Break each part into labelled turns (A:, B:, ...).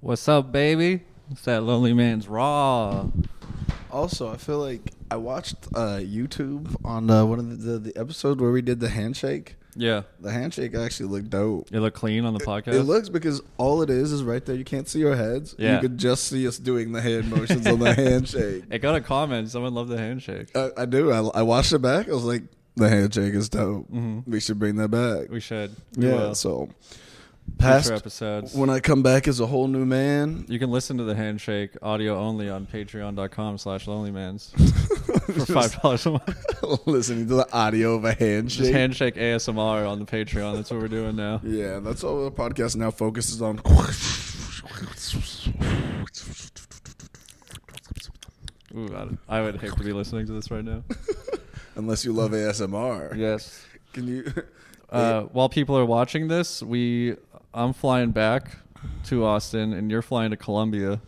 A: What's up, baby? It's that lonely man's raw.
B: Also, I feel like I watched uh, YouTube on uh, one of the, the, the episode where we did the handshake.
A: Yeah,
B: The handshake actually looked dope.
A: it looked clean on the podcast.
B: It looks because all it is is right there. You can't see our heads.
A: Yeah.
B: You could just see us doing the hand motions on the handshake. Uh,
A: It got a comment. Someone loved the handshake.
B: I, I do. I, I watched it back. I was like, the handshake is dope. We should bring that back.
A: Mm-hmm. We should. We
B: yeah.
A: will.
B: So,
A: Future
B: past
A: episodes.
B: when I come back as a whole new man,
A: You can listen to the handshake audio only on patreon.com slash lonelymans for
B: Just-
A: five dollars a month.
B: listening to the audio of a
A: Just
B: handshake.
A: handshake ASMR on the Patreon. That's what we're doing now.
B: yeah, that's all the podcast now focuses on.
A: Ooh, I'd- I would hate to be listening to this right now.
B: Unless you love ASMR.
A: Yes.
B: Can you?
A: Uh, while people are watching this, we I'm flying back to Austin, and you're flying to Colombia,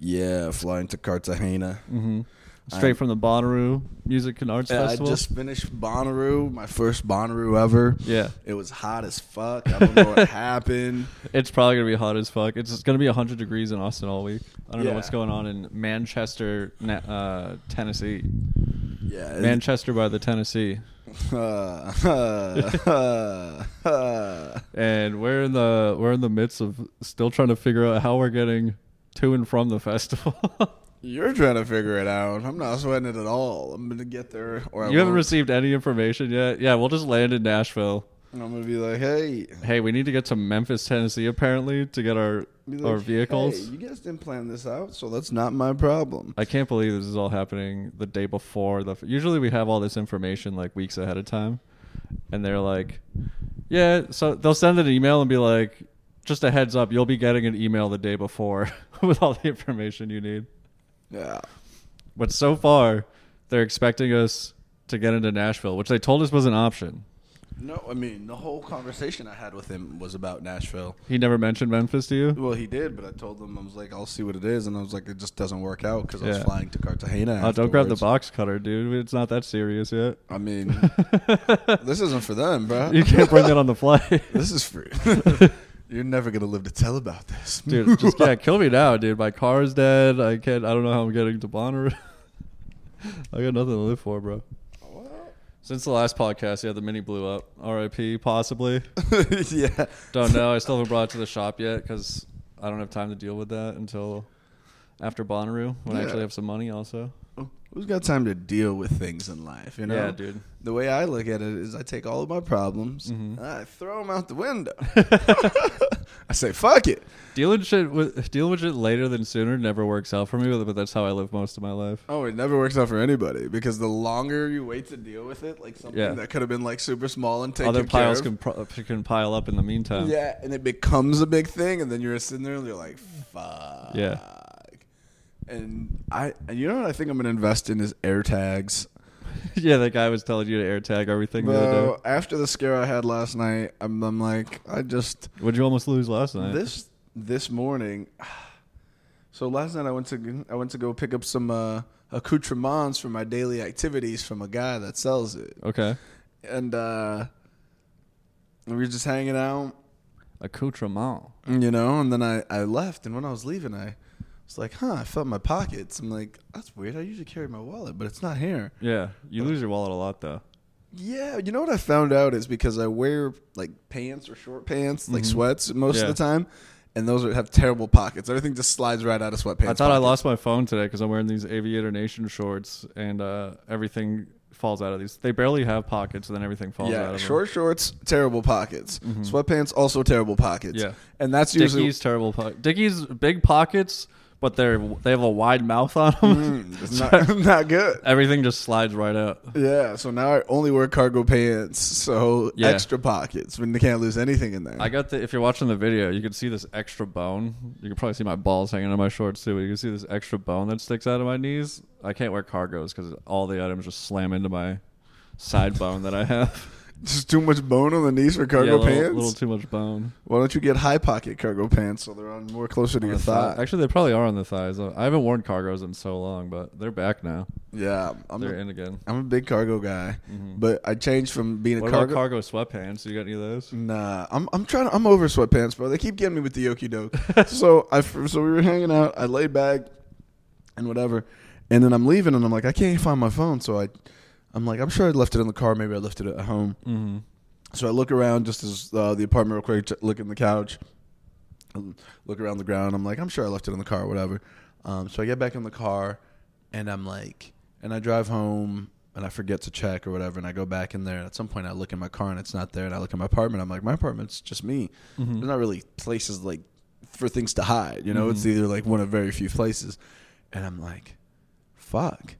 B: Yeah, flying to Cartagena.
A: Mm-hmm. straight
B: I'm-
A: from the Bonnaroo Music and Arts
B: Yeah, I
A: Festival.
B: just finished Bonnaroo, my first Bonnaroo ever.
A: yeah,
B: It was hot as fuck. I don't know what happened.
A: it's probably gonna be hot as fuck. It's just gonna be 100 degrees in Austin all week. I don't know
B: Yeah.
A: what's going on in Manchester, Na- uh, Tennessee.
B: Yeah, it-
A: Manchester by the Tennessee,
B: Uh, uh, uh,
A: and we're in the we're in the midst of still trying to figure out how we're getting to and from the festival.
B: you're trying to figure it out. I'm not sweating it at all. I'm gonna get there, or I
A: you haven't
B: won't.
A: received any information yet. Yeah, we'll just land in Nashville.
B: And I'm gonna be like, hey,
A: hey, we need to get to Memphis, Tennessee, apparently, to get our
B: be like,
A: our vehicles.
B: Hey, you guys didn't plan this out, so that's not my problem.
A: I can't believe this is all happening the day before the. Usually, we have all this information like weeks ahead of time, and they're like, "Yeah." So they'll send an email and be like, "Just a heads up, you'll be getting an email the day before with all the information you need."
B: Yeah,
A: But so far, they're expecting us to get into Nashville, which they told us was an option.
B: no, I mean the whole conversation I had with him was about Nashville.
A: He never mentioned Memphis to you.
B: Well, he did, but I told him I was like, I'll see what it is, and I was like, it just doesn't work out because I was
A: Yeah.
B: flying to Cartagena.
A: Oh, don't grab the
B: afterwards.
A: box cutter, dude. It's not that serious yet.
B: I mean, this isn't for them, bro.
A: You can't bring that on the flight.
B: This is free. You're never gonna live to tell about this,
A: dude. Just yeah, kill me now, dude. My car is dead. I can't. I don't know how I'm getting to Bonnaroo. I got nothing to live for, bro. Since the last podcast, yeah, the mini blew up. R.I.P. Possibly.
B: yeah.
A: Don't know. I still haven't brought it to the shop yet because I don't have time to deal with that until after Bonnaroo when I
B: Yeah.
A: actually have some money. Also,
B: Who's got time to deal with things in life? You know.
A: yeah, dude.
B: The way I look at it is, I take all of my problems,
A: Mm-hmm.
B: and I throw them out the window. I say, "Fuck it."
A: Dealing shit with dealing with it later than sooner never works out for me, but- but that's how I live most of my life.
B: Oh, it never works out for anybody because the longer you wait to deal with it, like something
A: Yeah.
B: that could have been like super small and taken
A: Other
B: care
A: piles
B: of.
A: can pro- can pile up in the meantime.
B: Yeah, and it becomes a big thing, and then you're sitting there and you're like, fuck.
A: Yeah.
B: And I, and you know what I think I'm gonna invest in is air tags.
A: yeah, that guy was telling you to air tag everything the other day.
B: Bro, after the scare I had last night, I'm, I'm like, I just
A: What'd you almost lose last night?
B: this this morning. So last night I went to I went to go pick up some uh, accoutrements for my daily activities from a guy that sells it,
A: Okay.
B: and uh, we were just hanging out.
A: Accoutrement.
B: you know and then I, I left and when i was leaving i was like huh i felt my pockets i'm like that's weird i usually carry my wallet but it's not here
A: Yeah. You lose your wallet a lot though.
B: yeah you know what i found out is because i wear like pants or short pants like sweats most
A: Mm-hmm. Yeah.
B: of the time and those are, have terrible pockets everything just slides right out of sweatpants
A: I thought I
B: pockets.
A: lost my phone today because I'm wearing these Aviator Nation shorts and uh, everything falls out of these. They barely have pockets and then everything falls out
B: yeah
A: of Mm-hmm.
B: short shorts terrible pockets sweatpants also terrible pockets
A: Yeah.
B: and that's
A: them. Dickies
B: usually
A: terrible po- Dickies big pockets, but they're they have a wide mouth on them.
B: Mm, it's not, not good
A: everything just slides right out.
B: yeah so now i only wear cargo pants so
A: Yeah.
B: extra pockets when they can't lose anything in there
A: I got the. If you're watching the video, you can see this extra bone. You can probably see my balls hanging on my shorts too. But you can see this extra bone that sticks out of my knees. I can't wear cargos because all the items just slam into my side bone that I have.
B: Just too much bone on the knees for cargo
A: Yeah, a little,
B: pants.
A: little too much bone.
B: Why don't you get high pocket cargo pants so they're on more closer to
A: on
B: your
A: the
B: thigh?
A: thigh. Actually, they probably are on the thighs. I haven't worn cargos in so long, but they're back now.
B: Yeah, I'm
A: they're
B: a,
A: in again.
B: I'm a big cargo guy,
A: Mhm.
B: but I changed from being
A: What
B: a
A: about
B: cargo. Mm.
A: cargo sweatpants? You got any of those?
B: Nah, I'm I'm trying. To, I'm over sweatpants, bro. They keep getting me with the yoki doke. so I so we were hanging out. I laid back and whatever, and then I'm leaving, and I'm like, I can't find my phone. So I, I'm like, I'm sure I left it in the car. Maybe I left it at home.
A: Mm-hmm.
B: So I look around just as uh, the apartment real quick. ch- Look in the couch, um, look around the ground. I'm like, I'm sure I left it in the car, or whatever. Um, so I get back in the car, and I'm like, and I drive home, and I forget to check or whatever, and I go back in there. And at some point, I look in my car, and it's not there. And I look in my apartment. I'm like, my apartment's just me. There's not really places like for things to hide. You know, it's either like one of very few places. And I'm like, fuck.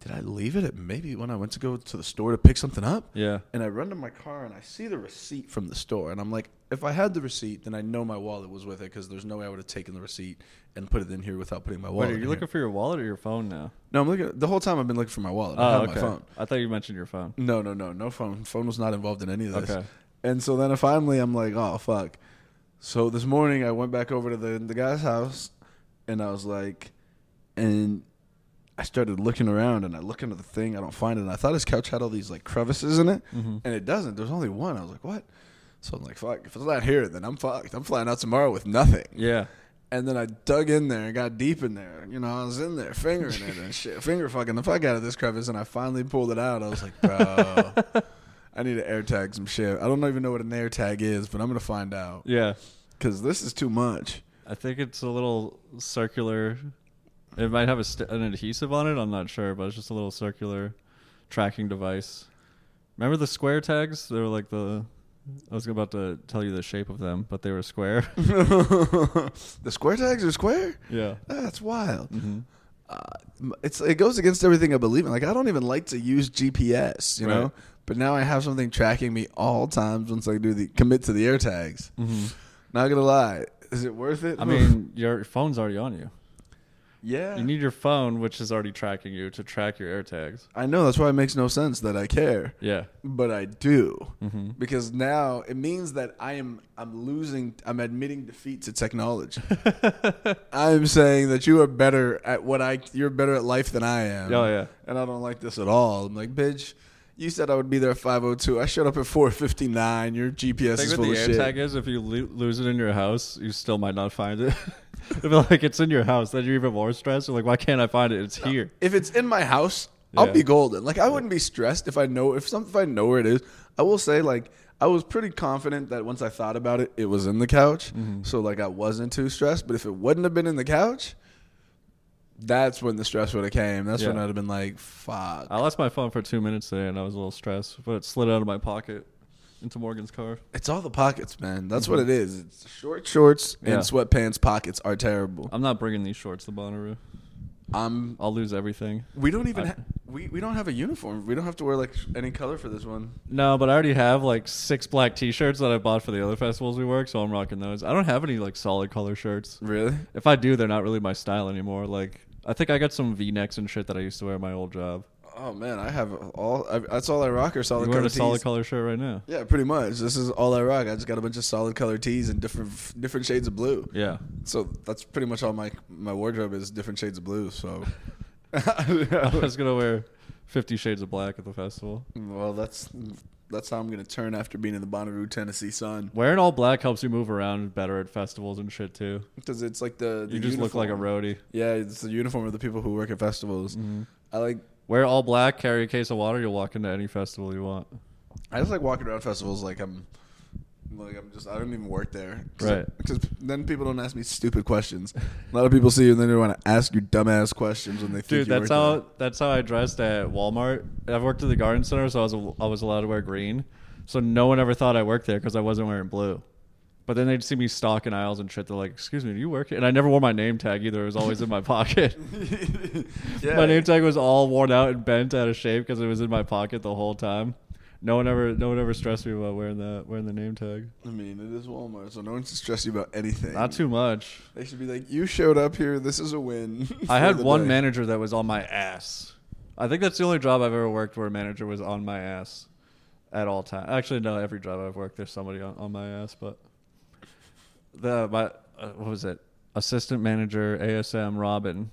B: Did I leave it at maybe when I went to go to the store to pick something up?
A: Yeah.
B: And I run to my car and I see the receipt from the store. And I'm like, if I had the receipt, then I know my wallet was with it because there's no way I would have taken the receipt and put it in here without putting my wallet.
A: Wait, are
B: in
A: you
B: here.
A: looking for your wallet or your phone now?
B: No, I'm looking. The whole time I've been looking for my wallet. I
A: Oh,
B: have
A: okay.
B: my phone.
A: I thought you mentioned your phone.
B: No, no, no, no phone. Phone was not involved in any of this.
A: Okay.
B: And so then finally I'm like, oh fuck. So this morning I went back over to the the guy's house, and I was like, and I started looking around, and I look into the thing, I don't find it. And I thought his couch had all these like crevices in it, and it doesn't. There's only one. I was like, what? So I'm like, fuck. If it's not here, then I'm fucked. I'm flying out tomorrow with nothing.
A: Yeah.
B: And then I dug in there and got deep in there. You know, I was in there fingering it and shit, finger fucking the fuck out of this crevice. And I finally pulled it out. I was like, bro, I need to air tag some shit. I don't even know what an air tag is, but I'm going to find out
A: Yeah.
B: because this is too much.
A: I think it's a little circular. It might have a st- an adhesive on it. I'm not sure, but it's just a little circular tracking device. Remember the square tags? They were like the. I was about to tell you the shape of them, but they were square.
B: the square tags are square?
A: yeah.
B: That's wild.
A: hmm
B: Uh, it's It goes against everything I believe in. Like, I don't even like to use GPS, you
A: Right.
B: know? But now I have something tracking me all times once I do the commit to the air tags.
A: hmm
B: Not gonna lie, is it worth it?
A: I mean, your phone's already on you.
B: yeah,
A: You need your phone, which is already tracking you, to track your air tags.
B: I know that's why it makes no sense that I care,
A: Yeah.
B: but I do
A: Mm-hmm.
B: because now it means that I am I'm losing, I'm admitting defeat to technology.
A: Mm-hmm.
B: I'm saying that you are better at what I, you're better at life than I am.
A: Oh, yeah.
B: and I don't like this at all. I'm like, bitch. You said I would be there at 5:02. I showed up at 4:59. Your GPS
A: Think
B: is
A: what
B: full
A: the
B: of
A: air
B: shit.
A: tag is. If you lo- lose it in your house, you still might not find it. if like it's in your house, then you're even more stressed. You're like, why can't I find it? It's here.
B: if it's in my house,
A: Yeah.
B: I'll be golden. Like I wouldn't be stressed if I know if some if I know where it is. I will say like I was pretty confident that once I thought about it, it was in the couch.
A: Mm-hmm.
B: So like I wasn't too stressed. But if it wouldn't have been in the couch, that's when the stress would have came. That's when
A: Yeah.
B: I'd have been like, fuck.
A: I lost my phone for two minutes today, and I was a little stressed, but it slid out of my pocket into Morgan's car.
B: It's all the pockets, man. That's what it is. It's short shorts
A: Mm-hmm. Yeah.
B: and sweatpants pockets are terrible.
A: I'm not bringing these shorts to Bonnaroo.
B: I'm
A: I'll lose everything.
B: we don't even
A: I-
B: ha- we, we don't have a uniform. We don't have to wear like sh- any color for this one.
A: No, but I already have like six black T-shirts that I bought for the other festivals we work, so I'm rocking those. I don't have any like solid color shirts.
B: Really?
A: If I do, they're not really my style anymore. Like I think I got some V-necks and shit that I used to wear at my old job.
B: Oh man, I have all. I, that's all I rock are solid
A: you
B: color
A: wearing a
B: tees.
A: solid color shirt right now?
B: yeah, pretty much. This is all I rock. I just got a bunch of solid color tees and different different shades of blue.
A: Yeah.
B: So that's pretty much all my my wardrobe is different shades of blue. So.
A: I was gonna wear Fifty Shades of Black at the festival.
B: well, that's that's how I'm gonna turn after being in the Bonnaroo, Tennessee sun,
A: Wearing all black helps you move around better at festivals and shit too.
B: because it's like the, the
A: You just look like a
B: uniform.
A: roadie.
B: Yeah, it's the uniform of the people who work at festivals.
A: Mm-hmm.
B: I like.
A: Wear all black, carry a case of water, you'll walk into any festival you want.
B: I just like walking around festivals like I'm. Like I'm just, I don't even work there,
A: Right.
B: Because then people don't ask me stupid questions. A lot of people see you and then they want to ask you dumbass questions when they think
A: Dude,
B: you
A: that's
B: work
A: how that's how I dressed at Walmart. I worked at the garden center, so I was I was allowed to wear green. So no one ever thought I worked there because I wasn't wearing blue. But then they'd see me stalking aisles and shit. They're like, "Excuse me, do you work?" here?" And I never wore my name tag either. It was always in my pocket.
B: there. yeah.
A: My name tag was all worn out and bent out of shape because it was in my pocket the whole time. No one ever, no one ever stressed me about wearing that, wearing the name tag.
B: I mean, it is Walmart, so no one should stress you about anything.
A: Not too much.
B: They should be like, you showed up here. This is a win.
A: I
B: for
A: had
B: the
A: one
B: day."
A: manager that was on my ass. I think that's the only job I've ever worked where a manager was on my ass. at all time. Actually, no, every job I've worked, there's somebody on, on my ass. But the my uh, what was it? Assistant manager ASM Robin,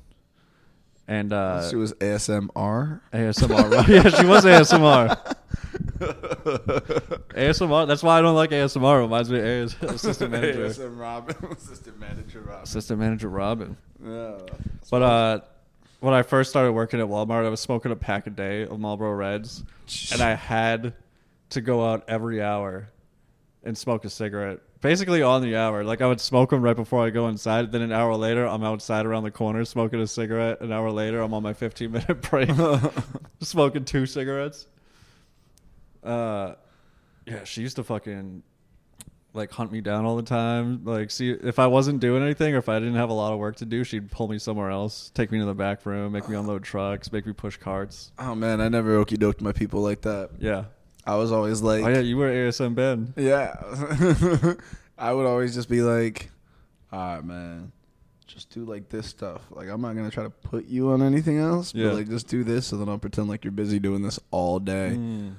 A: and uh,
B: she was ASMR.
A: ASMR. Right? yeah, she was ASMR. ASMR. That's why I don't like ASMR. It reminds me of AS, assistant manager.
B: ASM Robin. Assistant manager Robin.
A: Assistant manager Robin.
B: Yeah.
A: But uh, when I first started working at Walmart, I was smoking a pack a day of Marlboro Reds, and I had to go out every hour and smoke a cigarette. Basically on the hour, like I would smoke them right before I go inside. Then an hour later, I'm outside around the corner smoking a cigarette. An hour later, I'm on my 15 minute break smoking two cigarettes. Uh, yeah, she used to fucking like hunt me down all the time. Like, see if I wasn't doing anything or if I didn't have a lot of work to do, she'd pull me somewhere else, take me to the back room, make me unload trucks, make me push carts.
B: oh man, I never okey doked my people like that.
A: Yeah.
B: I was always like,
A: Oh yeah, you were ASM Ben.
B: Yeah. I would always just be like, all right, man, just do like this stuff. Like, I'm not going to try to put you on anything else,
A: Yeah.
B: but like, just do this. So then I'll pretend like you're busy doing this all day.
A: Mm.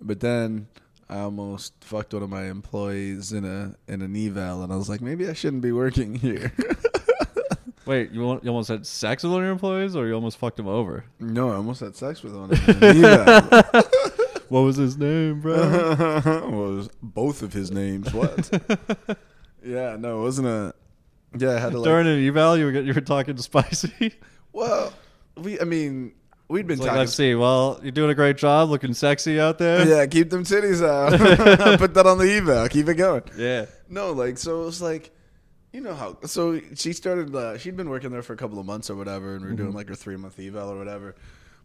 B: But then I almost fucked one of my employees in a, in an eval and I was like, maybe I shouldn't be working here.
A: Wait, you, al- you almost had sex with one of your employees, or you almost fucked him over?
B: no, I almost had sex with one in an eval.
A: What was his name,
B: Uh-huh.
A: bro?
B: was both of his names. What? yeah, no, it wasn't a, yeah, I had to like,
A: During an eval, you were get- you were talking spicy.
B: Well, we. I mean, we'd been
A: It's like,
B: talking.
A: let's see. Well, you're doing a great job, looking sexy out there.
B: yeah, keep them titties out. Put that on the email. Keep it going.
A: Yeah.
B: No, like so it was like, you know how. So she started. Uh, she'd been working there for a couple of months or whatever, and we were
A: Mm-hmm.
B: doing like her three month eval or whatever.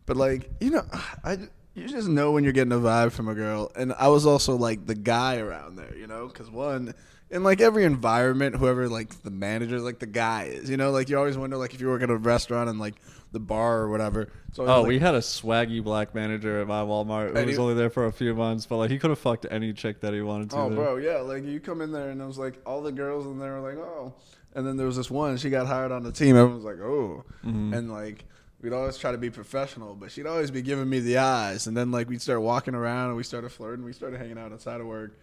B: But like, you know, I you just know when you're getting a vibe from a girl, and I was also like the guy around there, you know, because one. In like every environment, whoever like the manager, is, like the guy is, you know, like you always wonder, like if you work at a restaurant and like the bar or whatever. So
A: Oh, we had a swaggy black manager at my Walmart who
B: And
A: was
B: he-
A: only there for a few months, but like he could have fucked any chick that he wanted to.
B: Oh,
A: there.
B: bro, yeah. Like you come in there, and it was like all the girls in there were like, oh. And then there was this one. She got hired on the team. Everyone was like, oh.
A: Mm-hmm.
B: And like we'd always try to be professional, but she'd always be giving me the eyes. And then like we'd start walking around, and we started flirting. We started hanging out outside of work.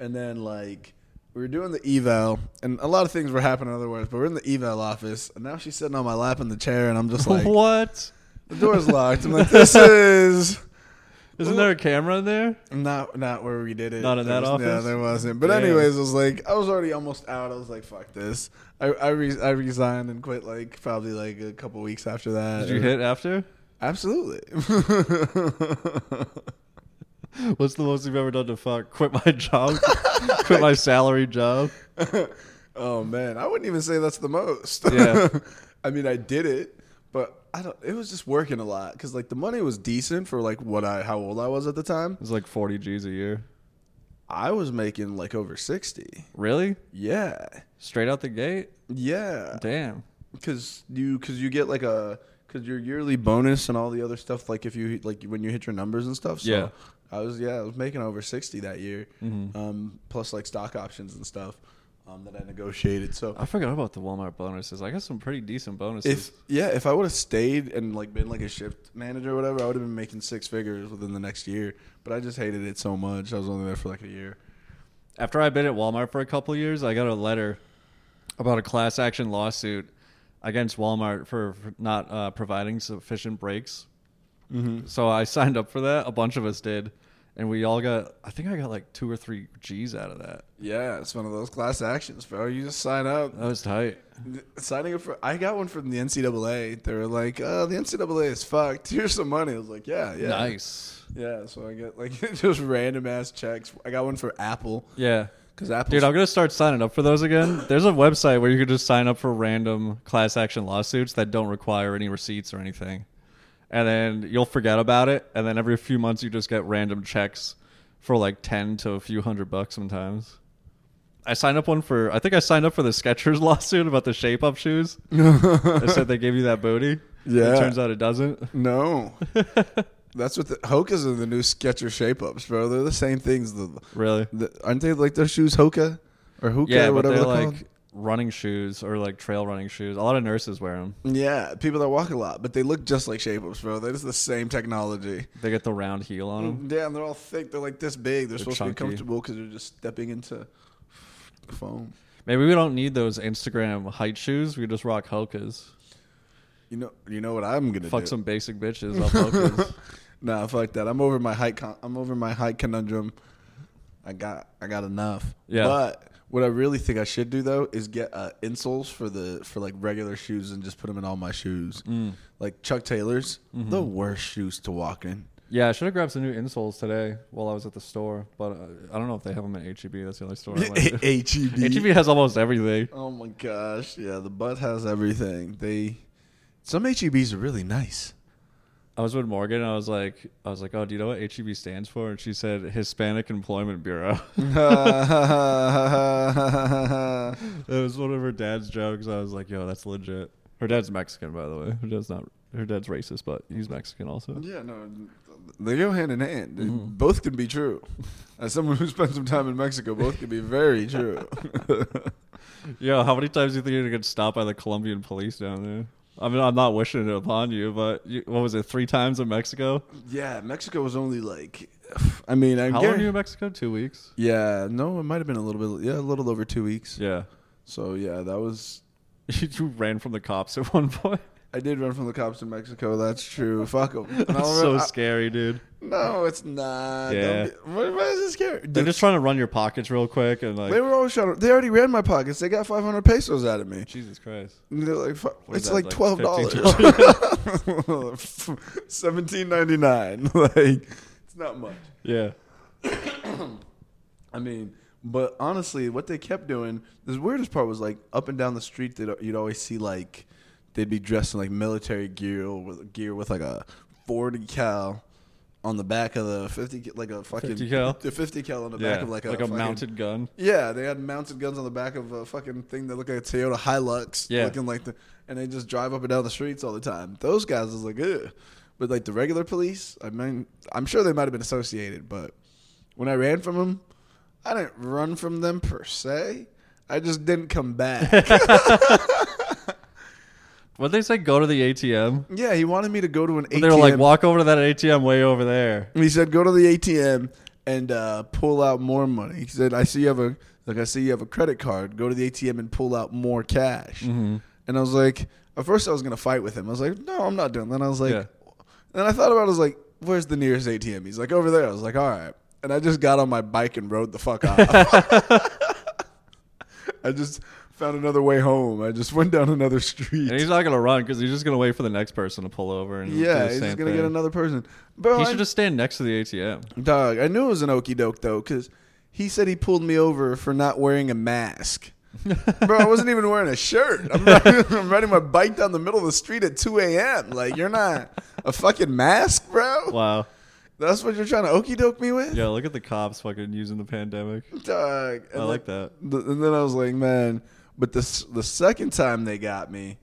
B: And then like we were doing the eval, and a lot of things were happening. Otherwise, but we're in the eval office, and now she's sitting on my lap in the chair, and I'm just like,
A: what?
B: the door's locked. I'm like, this is.
A: Isn't there a camera in there?
B: Not not where we did it.
A: Not in
B: There
A: that
B: was- Yeah,
A: office?
B: there wasn't. But
A: Damn.
B: anyways, it was like I was already almost out. I was like, fuck this. I I, re- I resigned and quit like probably like a couple weeks after that.
A: Did you hit after?
B: Absolutely.
A: What's the most you've ever done to fuck? Quit my job? Quit my salary job?
B: oh man, I wouldn't even say that's the most.
A: Yeah.
B: I mean, I did it, but I don't. It was just working a lot because like the money was decent for like what I how old I was at the time.
A: It's like 40 G's a year.
B: I was making like over sixty.
A: Really?
B: Yeah.
A: Straight out the gate?
B: Yeah.
A: Damn.
B: because you because you get like a because your yearly bonus and all the other stuff like if you like when you hit your numbers and stuff so
A: Yeah. Mm-hmm.
B: i was yeah i was making over 60 that year um, plus like stock options and stuff um, that i negotiated so
A: I forgot about the Walmart bonuses. I got some pretty decent bonuses.
B: if yeah if i would have stayed and like been like a shift manager or whatever i would have been making six figures within the next year but i just hated it so much i was only there for like a year
A: After I've been at Walmart for a couple years, I got a letter about a class action lawsuit against Walmart for for not uh, providing sufficient breaks. So I signed up for that. A bunch of us did. And we all got, I think I got like two or three G's out of that.
B: yeah it's one of those class actions bro you just sign up
A: That was tight.
B: Signing up for, I got one from the NCAA. They were like, "Oh, the NCAA is fucked. Here's some money." I was like, "Yeah, yeah,
A: Nice.
B: yeah." So I get like just random ass checks. I got one for Apple
A: Yeah.
B: because Apple,
A: Dude, I'm gonna start signing up for those again. There's a website where you can just sign up for random class action lawsuits that don't require any receipts or anything, and then you'll forget about it. And then every few months, you just get random checks for like ten to a few hundred bucks sometimes. I signed up one for. I think I signed up for the Skechers lawsuit about the shape up shoes. they said they gave you that booty.
B: Yeah.
A: It turns out it doesn't.
B: no, that's what the Hoka's are the new Sketcher shape ups, bro. They're the same things. The,
A: Really?
B: the aren't they like their shoes Hoka or Hoka
A: Yeah,
B: or
A: but
B: whatever
A: they're
B: they're
A: like
B: called?
A: running shoes or like trail running shoes. A lot of nurses wear them.
B: Yeah, people that walk a lot, but they look just like Shape-Ups, bro. They're just the same technology.
A: They get the round heel on them.
B: Yeah, and they're all thick. They're like this big. They're, supposed to be
A: chunky.
B: comfortable because they're just stepping into foam.
A: Maybe we don't need those Instagram height shoes. We just rock Hokas.
B: You know, you know what I'm gonna
A: Fuck
B: do.
A: some basic bitches off Hokas.
B: nah, fuck that. I'm over my height. Con- I'm over my height conundrum. I got, I got enough.
A: Yeah.
B: But what I really think I should do though is get uh, insoles for the for like regular shoes and just put them in all my shoes.
A: Mm.
B: Like Chuck Taylors,
A: Mm-hmm.
B: the worst shoes to walk in.
A: yeah, I should have grabbed some new insoles today while I was at the store, but uh, I don't know if they have them at HEB. E That's the only store I went to.
B: H E B.
A: HEB has almost everything.
B: Oh my gosh, yeah, the butt has everything. They some HEBs are really nice.
A: I was with Morgan and I was like, I was like, oh, do you know what HEB stands for? And she said Hispanic Employment Bureau.
B: yeah,
A: It was one of her dad's jokes. I was like, yo, that's legit. Her dad's Mexican, by the way. Her dad's not. Her dad's racist, but he's Mexican also.
B: no, they go hand in hand. Both can be true. As someone who spent some time in Mexico, both can be very true.
A: Yo, how many times do you think you're gonna get stopped by the Colombian police down there? I mean, I'm not wishing it upon you, but you, what was it? Three times in Mexico.
B: yeah, Mexico was only like, I mean, I
A: How long were you
B: guarantee-
A: in Mexico? Two weeks.
B: Yeah, no, it might have been a little bit, yeah, a little over two weeks.
A: Yeah,
B: So yeah, that was
A: you ran from the cops at one point.
B: I did run from the cops in Mexico. That's true. Fuck them.
A: That's so scary, dude.
B: No, it's not.
A: Yeah.
B: Don't Be, why, why is this scary?
A: They're just trying to run your pockets real quick and like.
B: They were always shot. They already ran my pockets. They got 500 pesos out of me.
A: Jesus Christ.
B: And they're like, "Fuck,
A: What is
B: it's
A: that,
B: like
A: like
B: twelve dollars, seventeen ninety nine. Like, it's not much.
A: Yeah.
B: I mean, but honestly, what they kept doing, the weirdest part was like up and down the street, they'd, you'd always see like they'd be dressed in like military gear with gear with like a forty cal on the back of the fifty, ca- like a fucking
A: 50 cal?
B: the fifty cal on the
A: Yeah.
B: back of like a
A: like a
B: fucking-
A: mounted gun.
B: Yeah, they had mounted guns on the back of a fucking thing that looked like a Toyota Hilux,
A: Yeah.
B: looking like the, and they just drive up and down the streets all the time. Those guys was like, ugh. But like the regular police, I mean, I'm sure they might have been associated, but when I ran from them, I didn't run from them per se. I just didn't come back.
A: What they say? Go to the ATM.
B: yeah, he wanted me to go to an ATM.
A: They were like, walk over to that ATM way over there.
B: And he said, "Go to the ATM and uh, pull out more money." He said, "I see you have a like I see you have a credit card. Go to the ATM and pull out more cash."
A: Mm-hmm.
B: And I was like, at first I was gonna fight with him. I was like, "No, I'm not doing." that." Then I was like,
A: Yeah.
B: then I thought about. it. I was like, "Where's the nearest ATM?" He's like, "Over there." I was like, "All right." And I just got on my bike and rode the fuck off. I just found another way home. I just went down another street.
A: And he's not gonna run because he's just gonna wait for the next person to pull over and do
B: yeah,
A: the
B: he's
A: same
B: just gonna
A: thing.
B: get another person. Bro,
A: He
B: I-
A: should just stand next to the ATM.
B: Dog, I knew it was an okey doke though, because he said he pulled me over for not wearing a mask. Bro, I wasn't even wearing a shirt. I'm, riding, I'm riding my bike down the middle of the street at 2 a.m. Like, you're not a fucking mask, bro.
A: Wow.
B: That's what you're trying to okey doke me with?
A: Yeah, look at the cops fucking using the pandemic.
B: Dog. And
A: I like
B: then-
A: that.
B: th- and then I was like, man, but this, the second time they got me,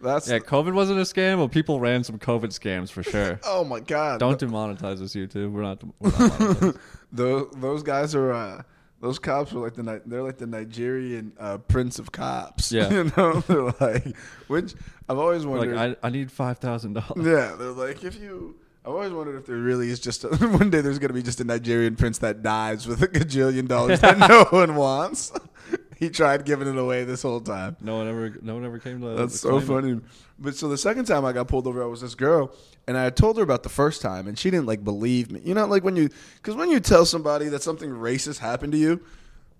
B: that's.
A: Yeah, COVID wasn't a scam, but people ran some COVID scams for sure.
B: oh my God.
A: Don't demonetize us, YouTube. We're not. We're not monetized.
B: those those guys are uh, those cops were like the Ni- they're like the Nigerian uh, prince of cops.
A: Yeah.
B: you know they're like which I've always
A: like
B: wondered.
A: I, I need five thousand dollars.
B: yeah, they're like if you. I've always wondered if there really is just a, one day there's gonna be just a Nigerian prince that dies with a gajillion dollars that no one wants. he tried giving it away this whole time.
A: No one ever. No one ever came to.
B: That's so
A: claim it.
B: funny. But so the second time I got pulled over, I was this girl, and I had told her about the first time, and she didn't like believe me. You know, like when you, because when you tell somebody that something racist happened to you,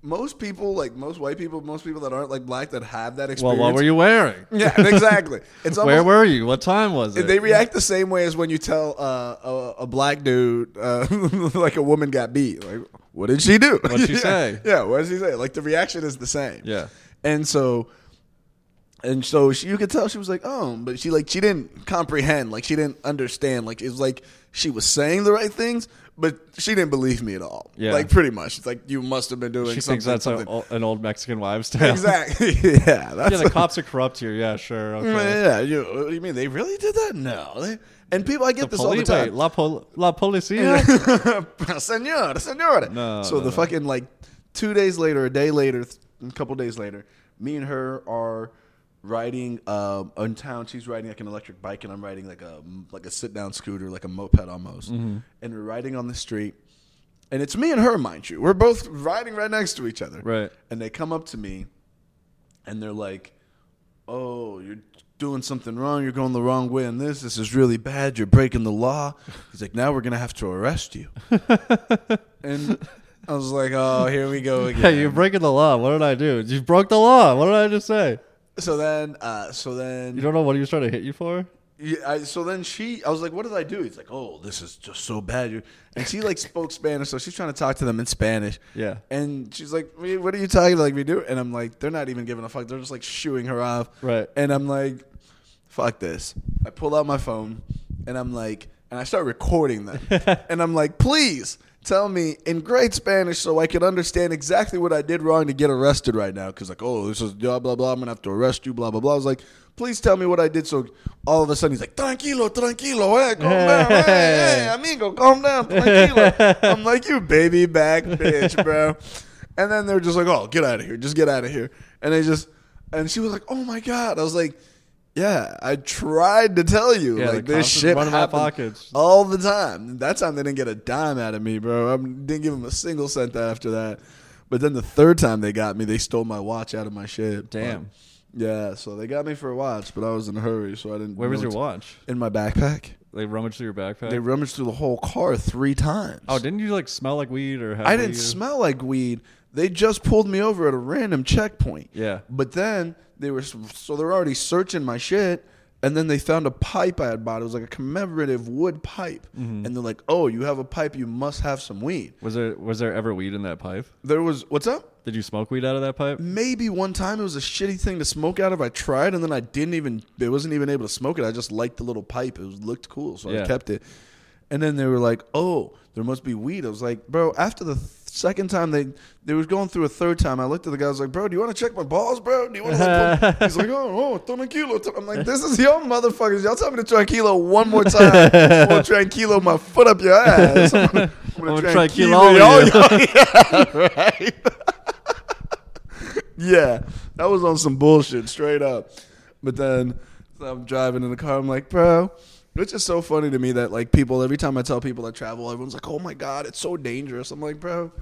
B: most people, like most white people, most people that aren't like black that have that
A: Well,
B: experience.
A: what were you wearing?
B: Yeah, exactly. It's almost,
A: Where were you? What time was it?
B: they react the same way as when you tell uh, a, a black dude uh, like a woman got beat. Like, what did she do?
A: What'd she
B: Yeah.
A: say?
B: Yeah, what did she say? Like the reaction is the same.
A: Yeah.
B: and so. And so she, you could tell she was like, oh, but she like she didn't comprehend, like she didn't understand, like it was like she was saying the right things, but she didn't believe me at all.
A: Yeah.
B: like pretty much, it's like you must have been doing
A: she
B: something.
A: thinks that's a,
B: something.
A: an old Mexican wives' tale.
B: exactly. yeah, that's
A: Yeah, the cops are corrupt here. Yeah, sure. Okay.
B: yeah, you, what do you mean they really did that? No, they, and people, I get this all the
A: Poli-
B: time.
A: wait, la, pol- la policia.
B: senor, senor.
A: No,
B: so
A: no,
B: the
A: no.
B: fucking like two days later, a day later, th- a couple days later, me and her are riding um, in town. She's riding like an electric bike, and I'm riding like a like a sit down scooter, like a moped almost.
A: Mm-hmm.
B: And we're riding on the street, and it's me and her, mind you. We're both riding right next to each other.
A: Right.
B: And they come up to me, and they're like, "Oh, you're." Doing something wrong, you're going the wrong way in this. This is really bad. You're breaking the law. He's like, now we're gonna have to arrest you. And I was like, oh, here we go again.
A: Hey, you're breaking the law. What did I do? You broke the law. What did I just say?
B: so then, uh, so
A: You
B: then,
A: don't know what he was trying to hit you for?
B: yeah, I, so then she, I was like, what did I do? He's like, oh, this is just so bad. You- And she like spoke Spanish, so she's trying to talk to them in Spanish.
A: Yeah.
B: And she's like, "Me- what are you talking like we do? And I'm like, they're not even giving a fuck. They're just like shooing her off.
A: Right.
B: And I'm like, fuck this. I pull out my phone and I'm like, and I start recording them. and I'm like, please tell me in great Spanish so I can understand exactly what I did wrong to get arrested right now. Cause like, oh, this is blah, blah, blah. I'm going to have to arrest you, blah, blah, blah. I was like, please tell me what I did. So all of a sudden he's like, tranquilo, tranquilo, eh, calm down, hey, hey, amigo, calm down, tranquilo. I'm like, you baby back bitch, bro. And then they're just like, oh, get out of here, just get out of here. And they just, and she was like, oh my god. I was like, yeah, I tried to tell you,
A: Yeah,
B: like
A: the cops
B: this
A: is
B: shit
A: running my
B: happened
A: pockets.
B: all the time. That time they didn't get a dime out of me, bro. I didn't give them a single cent after that. But then the third time they got me, they stole my watch out of my shit.
A: Damn.
B: But, yeah, so they got me for a watch, but I was in a hurry, so I didn't.
A: Where was
B: know
A: your
B: what-
A: watch?
B: In my backpack.
A: They rummaged through your backpack.
B: They rummaged through the whole car three times.
A: oh, didn't you like smell like weed or? Have
B: I didn't
A: weed?
B: smell like weed. They just pulled me over at a random checkpoint.
A: Yeah.
B: But then they were so they're already searching my shit, and then they found a pipe I had bought. It was like a commemorative wood pipe, and they're like, "Oh, you have a pipe. You must have some weed."
A: Was there was there ever weed in that pipe?
B: There was what's up?
A: Did you smoke weed out of that pipe?
B: Maybe one time it was a shitty thing to smoke out of. I tried, and then I didn't even. It wasn't even able to smoke it. I just liked the little pipe. It was, looked cool, so I
A: Yeah.
B: kept it. And then they were like, "Oh, there must be weed." I was like, "Bro." After the th- second time, they they was going through a third time. I looked at the guy. I was like, "Bro, do you want to check my balls, bro? Do you want to?" Like, put-" He's like, "Oh, oh, tranquilo." I'm like, "This is y'all motherfuckers. Y'all tell me to tranquilo one more time. I'm gonna tranquilo my foot up your ass. I'm gonna, I'm gonna
A: I'm gonna
B: tranquilo
A: tranquilo all
B: y'all- right? yeah, that was on some bullshit, straight up. But then so I'm driving in the car. I'm like, bro, it's just so funny to me that like people. Every time I tell people I travel, everyone's like, oh my god, it's so dangerous. I'm like, bro,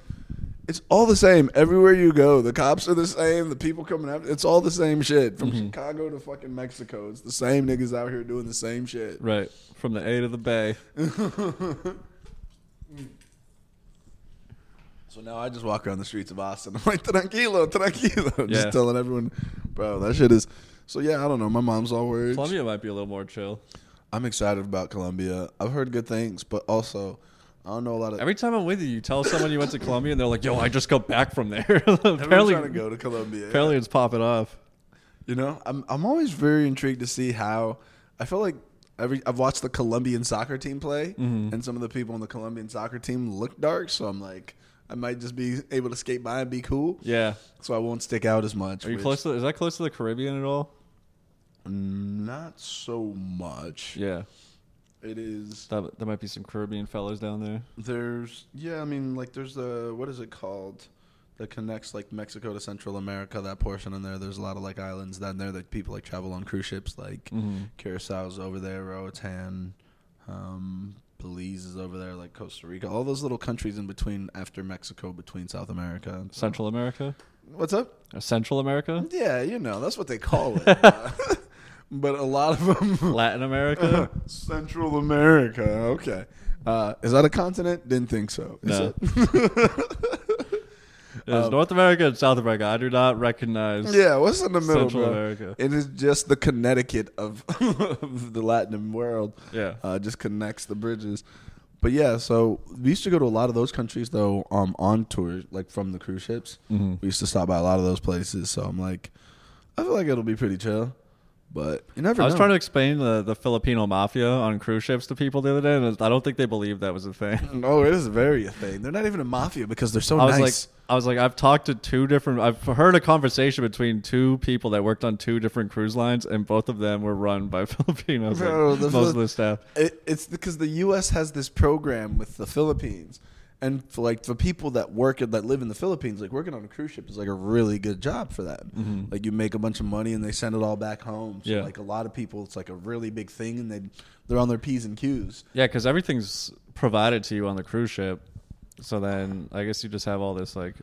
B: it's all the same everywhere you go. The cops are the same. The people coming out, it's all the same shit. From Chicago to fucking Mexico, it's the same niggas out here doing the same shit.
A: Right. From the A to the Bay.
B: So now I just walk around the streets of Austin. I'm like, tranquilo, tranquilo. Just
A: Yeah.
B: telling everyone, bro, that shit is. So yeah, I don't know. My mom's all worried.
A: Columbia might be a little more chill.
B: I'm excited about Colombia. I've heard good things, but also, I don't know a lot of.
A: Every time I'm with you, you tell someone you went to Columbia and they're like, "Yo, I just got back from there."
B: Everyone's
A: apparently,
B: trying to go to Colombia.
A: apparently it's popping off.
B: You know, I'm I'm always very intrigued to see how I feel like every I've watched the Colombian soccer team play,
A: Mm-hmm.
B: and some of the people on the Colombian soccer team look dark. So I'm like, I might just be able to skate by and be cool.
A: Yeah.
B: So I won't stick out as much.
A: Are you
B: which-
A: close to? Is that close to the Caribbean at all?
B: Not so much.
A: Yeah.
B: It is.
A: That, there might be some Caribbean fellas down there.
B: There's yeah. I mean, like there's the what is it called that connects like Mexico to Central America? That portion in there. There's a lot of like islands down there that people like travel on cruise ships. Like
A: Mm-hmm.
B: Curacao's over there, Roatan, um, Belize is over there, like Costa Rica. All those little countries in between after Mexico, between South America. and-
A: Central America?
B: What's up?
A: Or Central America?
B: Yeah, you know that's what they call it. Uh, but a lot of them.
A: Latin America?
B: Central America. Okay. Uh, is that a continent? Didn't think so. Is
A: No.
B: it?
A: There's
B: Um,
A: North America and South America. I do not recognize.
B: yeah, what's in the middle,
A: Central
B: bro?
A: America.
B: It is just the Connecticut of, of the Latin world.
A: Yeah.
B: Uh, just connects the bridges. But yeah, so we used to go to a lot of those countries though um, on tour, like from the cruise ships.
A: Mhm.
B: We used to stop by a lot of those places. So I'm like, I feel like it'll be pretty chill. But you never
A: I was
B: know.
A: trying to explain the, the Filipino mafia on cruise ships to people the other day, and I don't think they believed that was a thing.
B: No, Oh, it is very a thing. They're not even a mafia because they're so
A: I was
B: Oh, nice.
A: like, I was like, I've talked to two different. I've heard a conversation between two people that worked on two different cruise lines, and both of them were run by Filipinos. like,
B: Bro, the
A: most of
B: Fili-
A: the staff.
B: It, it's because the U.S. has this program with the Philippines, And for like for people that work and that live in the Philippines, like working on a cruise ship is like a really good job for them. Like you make a bunch of money and they send it all back home. So
A: Mm-hmm. Yeah.
B: like a lot of people, it's like a really big thing, and they they're on their p's and q's.
A: Yeah, because everything's provided to you on the cruise ship. So then I guess you just have all this like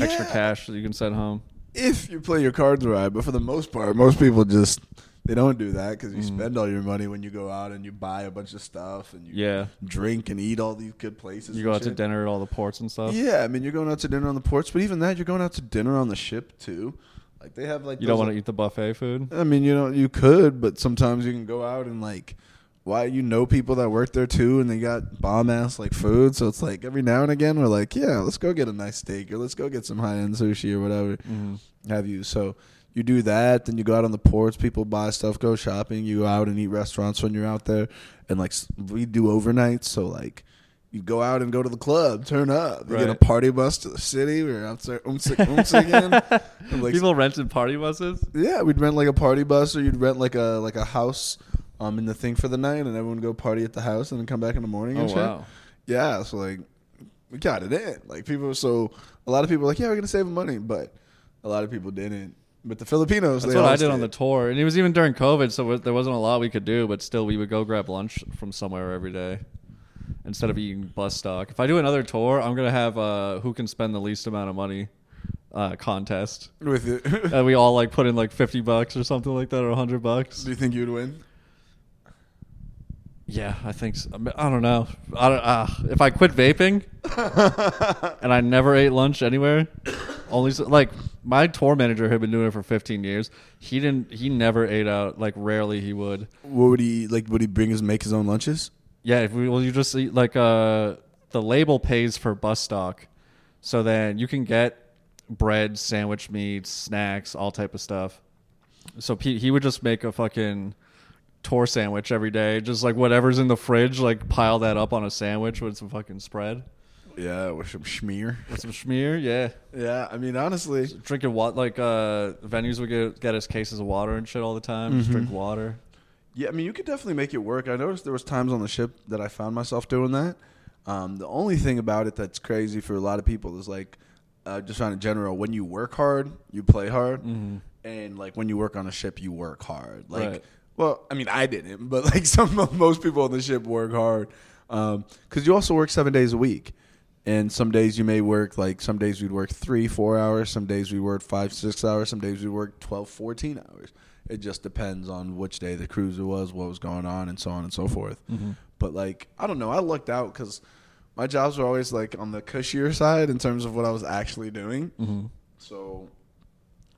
A: extra
B: Yeah.
A: cash that you can send home.
B: if you play your cards right. But for the most part, most people just they don't do that because you
A: Mm-hmm.
B: spend all your money when you go out and you buy a bunch of stuff and you
A: Yeah.
B: drink and eat all these good places.
A: You
B: and
A: go out to
B: shit.
A: dinner at all the ports and stuff.
B: Yeah, I mean you're going out to dinner on the porch, but even that you're going out to dinner on the ship too. Like they have like
A: You don't
B: those-
A: want to eat the buffet food.
B: I mean, you know, you could, but sometimes you can go out and like, why you know people that work there too, and they got bomb ass like food. So it's like every now and again we're like, yeah, let's go get a nice steak or let's go get some high end sushi or whatever
A: Mm-hmm.
B: have you. So you do that, then you go out on the ports. People buy stuff, go shopping. You go out and eat restaurants when you're out there, and like s- we do overnights. So like. You go out and go to the club, turn up. You get a
A: Right.
B: party bus to the city. We were out there, oomsik, oomsik again. And, like,
A: People rented party buses.
B: yeah, we'd rent like a party bus, or you'd rent like a like a house, um, in the thing for the night, and everyone would go party at the house, and then come back in the morning.
A: Oh
B: And shit.
A: wow.
B: Yeah, so like, we got it in. Like people, so a lot of people were like, yeah, we're gonna save money, but a lot of people didn't. But the Filipinos,
A: That's
B: they
A: what
B: all
A: I did on the
B: stayed.
A: tour, and it was even during COVID, so there wasn't a lot we could do. But still, we would go grab lunch from somewhere every day instead of eating bus stock. If I do another tour, I'm gonna have uh, who can spend the least amount of money uh, contest.
B: with you.
A: And Uh, we all like put in like fifty bucks or something like that, or hundred bucks.
B: Do you think you'd win?
A: Yeah, I think so. I mean, I don't know. I don't, uh, if I quit vaping and I never ate lunch anywhere, only so, like my tour manager had been doing it for 15 years. He didn't. He never ate out. Like rarely he would.
B: What would he like? Would he bring his make his own lunches?
A: Yeah. If we, well, you just eat like uh, the label pays for bus stock, so then you can get bread, sandwich meat, snacks, all type of stuff. So Pete, he would just make a fucking tour sandwich every day, just like whatever's in the fridge, like pile that up on a sandwich with some fucking spread,
B: Yeah, with some schmear.
A: with some schmear. Yeah,
B: Yeah, I mean honestly,
A: drinking water. Like uh, venues would get get us cases of water and shit all the time. Just drink water.
B: Yeah, I mean, you could definitely make it work. I noticed there was times on the ship that I found myself doing that. Um, the only thing about it that's crazy for a lot of people is like, uh, just on a general, when you work hard, you play hard, and like when you work on a ship, you work hard. Like,
A: Right.
B: well, I mean, I didn't, but like some most people on the ship work hard because you also work seven days a week. And some days you may work, like some days we'd work three, four hours. Some days we work five, six hours. Some days we work 12, 14 hours. It just depends on which day the cruise it was, what was going on, and so on and so forth. But like, I don't know. I lucked out because my jobs were always like on the cushier side in terms of what I was actually doing. So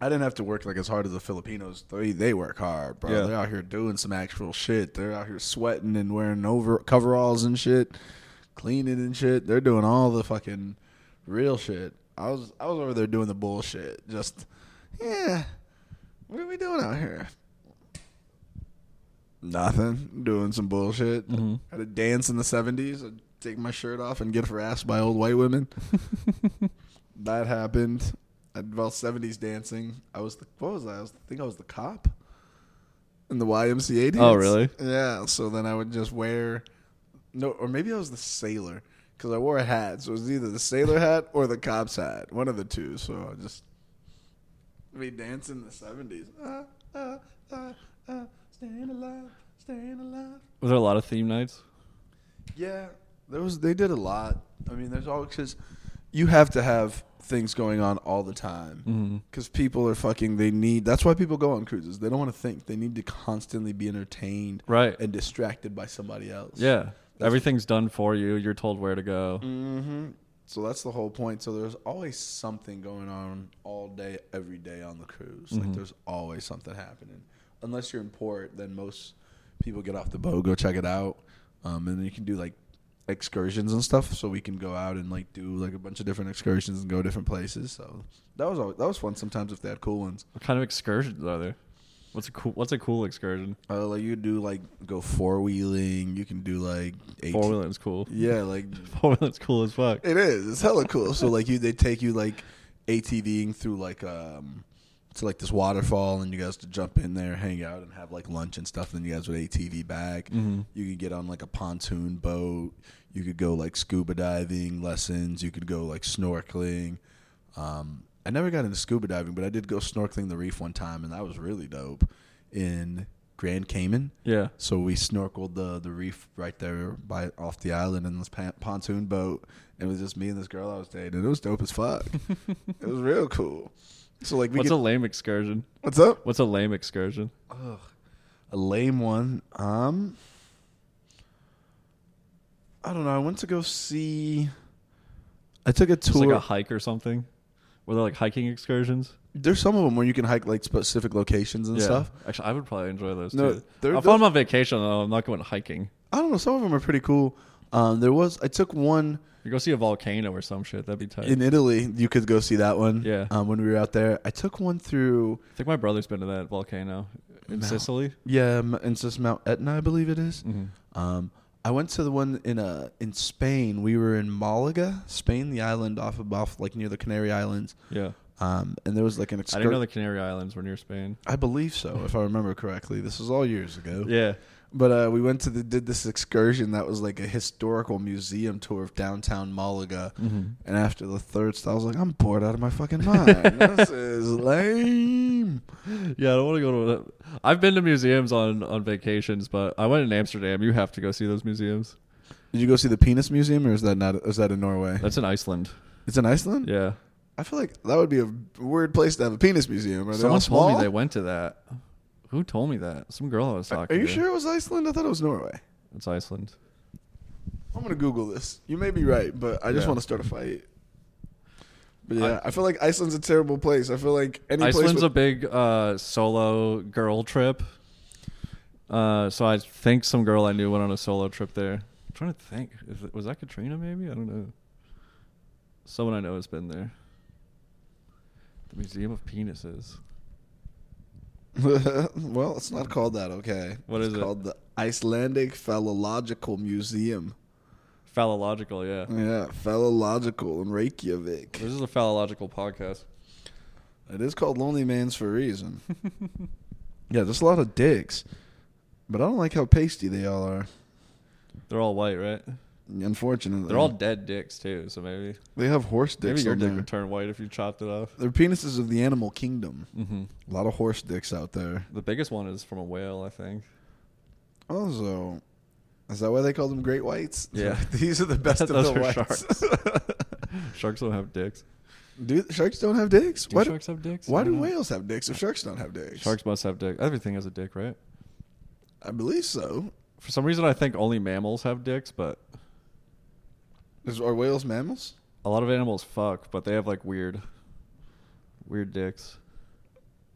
B: I didn't have to work like as hard as the Filipinos. They they work hard, bro.
A: Yeah.
B: They're out here doing some actual shit. They're out here sweating and wearing over coveralls and shit, cleaning and shit. They're doing all the fucking real shit. I was I was over there doing the bullshit. Just yeah, what are we doing out here? Nothing. Doing some bullshit. At a dance in the seventies, I'd take my shirt off and get harassed by old white women. that happened. I involved seventies dancing. I was the what was I? I, was, I think I was the cop in the YMCA dance.
A: Oh, really?
B: Yeah. So then I would just wear no, or maybe I was the sailor because I wore a hat. So it was either the sailor hat or the cop's hat, one of the two. So I just we dance in the seventies. Ah, ah, ah, ah, staying alive, staying alive.
A: Was there a lot of theme nights?
B: Yeah, there was. They did a lot. I mean, there's all because you have to have things going on all the
A: Mm.
B: time because people are fucking. They need. That's why people go on cruises. They don't want to think. They need to constantly be entertained
A: Right.
B: and distracted by somebody else.
A: Yeah. Everything's done for you. You're told where to go.
B: Mm-hmm. So that's the whole point. So there's always something going on all day, every day on the cruise. Like there's always something happening. Unless you're in port, then most people get off the boat, go check it out, um, and then you can do like excursions and stuff. So we can go out and like do like a bunch of different excursions and go different places. So that was always, that was fun. Sometimes if they had cool ones,
A: What kind of excursions are there? What's a cool What's a cool excursion?
B: uh, like you do like go four wheeling. You can do like eight.
A: Four wheeling's cool.
B: Yeah, like
A: Four wheeling's cool as fuck.
B: It is. It's hella cool. So like you, they take you like ATVing through like um to like this waterfall, and you guys to jump in there, hang out, and have like lunch and stuff. And then you guys would ATV back. You could get on like a pontoon boat. You could go like scuba diving lessons. You could go like snorkeling. Um, I never got into scuba diving, but I did go snorkeling the reef one time, and that was really dope in Grand Cayman.
A: Yeah.
B: So we snorkeled the the reef right there by off the island in this pan- pontoon boat. It was just me and this girl I was dating. and It was dope as fuck. it was real cool. So like we
A: What's
B: get,
A: a lame excursion?
B: what's up?
A: What's a lame excursion?
B: Ugh. A lame one. Um, I don't know. I went to go see. I took a
A: Just
B: tour.
A: like a hike or something? Were there like hiking excursions?
B: There's some of them where you can hike like specific locations and stuff.
A: Actually, I would probably enjoy those
B: No,
A: too.
B: they're-
A: If I'm on vacation, though, I'm not going hiking.
B: I don't know. Some of them are pretty cool. Um, there was I took one.
A: You go see a volcano or some shit. That'd be tight.
B: in Italy, you could go see that one.
A: Yeah.
B: Um, when we were out there, I took one through
A: I think my brother's been to that volcano in
B: Mount-
A: Sicily.
B: yeah, M- it's just Mount Etna, I believe it is.
A: Mhm.
B: Um, I went to the one in uh in Spain. We were in Malaga, Spain, the island off of off like near the Canary Islands.
A: Yeah.
B: Um, and there was like an
A: I didn't know
B: excursion.
A: the Canary Islands were near Spain.
B: I believe so, if I remember correctly. This was all years ago.
A: Yeah.
B: But uh, we went to the did this excursion that was like a historical museum tour of downtown Malaga. And after the third stop, I was like, I'm bored out of my fucking mind. this is lame.
A: Yeah, I don't want to go to. I've been to museums on on vacations, but I went in Amsterdam. You have to go see those museums.
B: Did you go see the penis museum, or is that not? Is that in Norway?
A: That's in Iceland.
B: It's in Iceland.
A: Yeah.
B: I feel like that would be a weird place to have a penis museum. Are they
A: Someone
B: all
A: told me
B: small?
A: they went to that. Who told me that? Some girl I was talking.
B: Are you
A: to.
B: sure it was Iceland? I thought it was Norway.
A: It's Iceland.
B: I'm gonna Google this. You may be right, but I just
A: Mm. Yeah.
B: want to start a fight. But yeah, I, feel like Iceland's a terrible place. I feel like any
A: Iceland's
B: place.
A: a
B: With,
A: big uh, solo girl trip. Uh, so I think some girl I knew went on a solo trip there. I'm trying to think, Is it, was that Katrina? Maybe I don't know. Someone I know has been there. The Museum of Penises.
B: well, it's not called that. Okay,
A: What
B: it's
A: is it?
B: called the Icelandic Phallological Museum.
A: Phallological, yeah.
B: Yeah, phallological in Reykjavik.
A: This is a phallological podcast.
B: It is called Lonely Man's for a reason. yeah, there's a lot of dicks, but I don't like how pasty they all are.
A: They're all white, right?
B: Unfortunately,
A: They're all dead dicks too. So maybe
B: they have horse
A: maybe
B: dicks.
A: your
B: on
A: dick
B: there.
A: would turn white if you chopped it off.
B: They're penises of the animal kingdom.
A: hmm
B: A lot of horse dicks out there.
A: The biggest one is from a whale, I think.
B: Also, is that why they call them great whites?
A: Yeah.
B: these are the best of
A: Those are
B: the whites.
A: Sharks don't have dicks.
B: do sharks don't have dicks?
A: Do
B: why
A: sharks have dicks?
B: do, why
A: I
B: do
A: don't know.
B: whales have dicks if sharks don't have dicks?
A: Sharks must have dick. Everything has a dick, right?
B: I believe so.
A: For some reason, I think only mammals have dicks, but
B: Is, are whales mammals?
A: a lot of animals fuck, but they have like weird, weird dicks.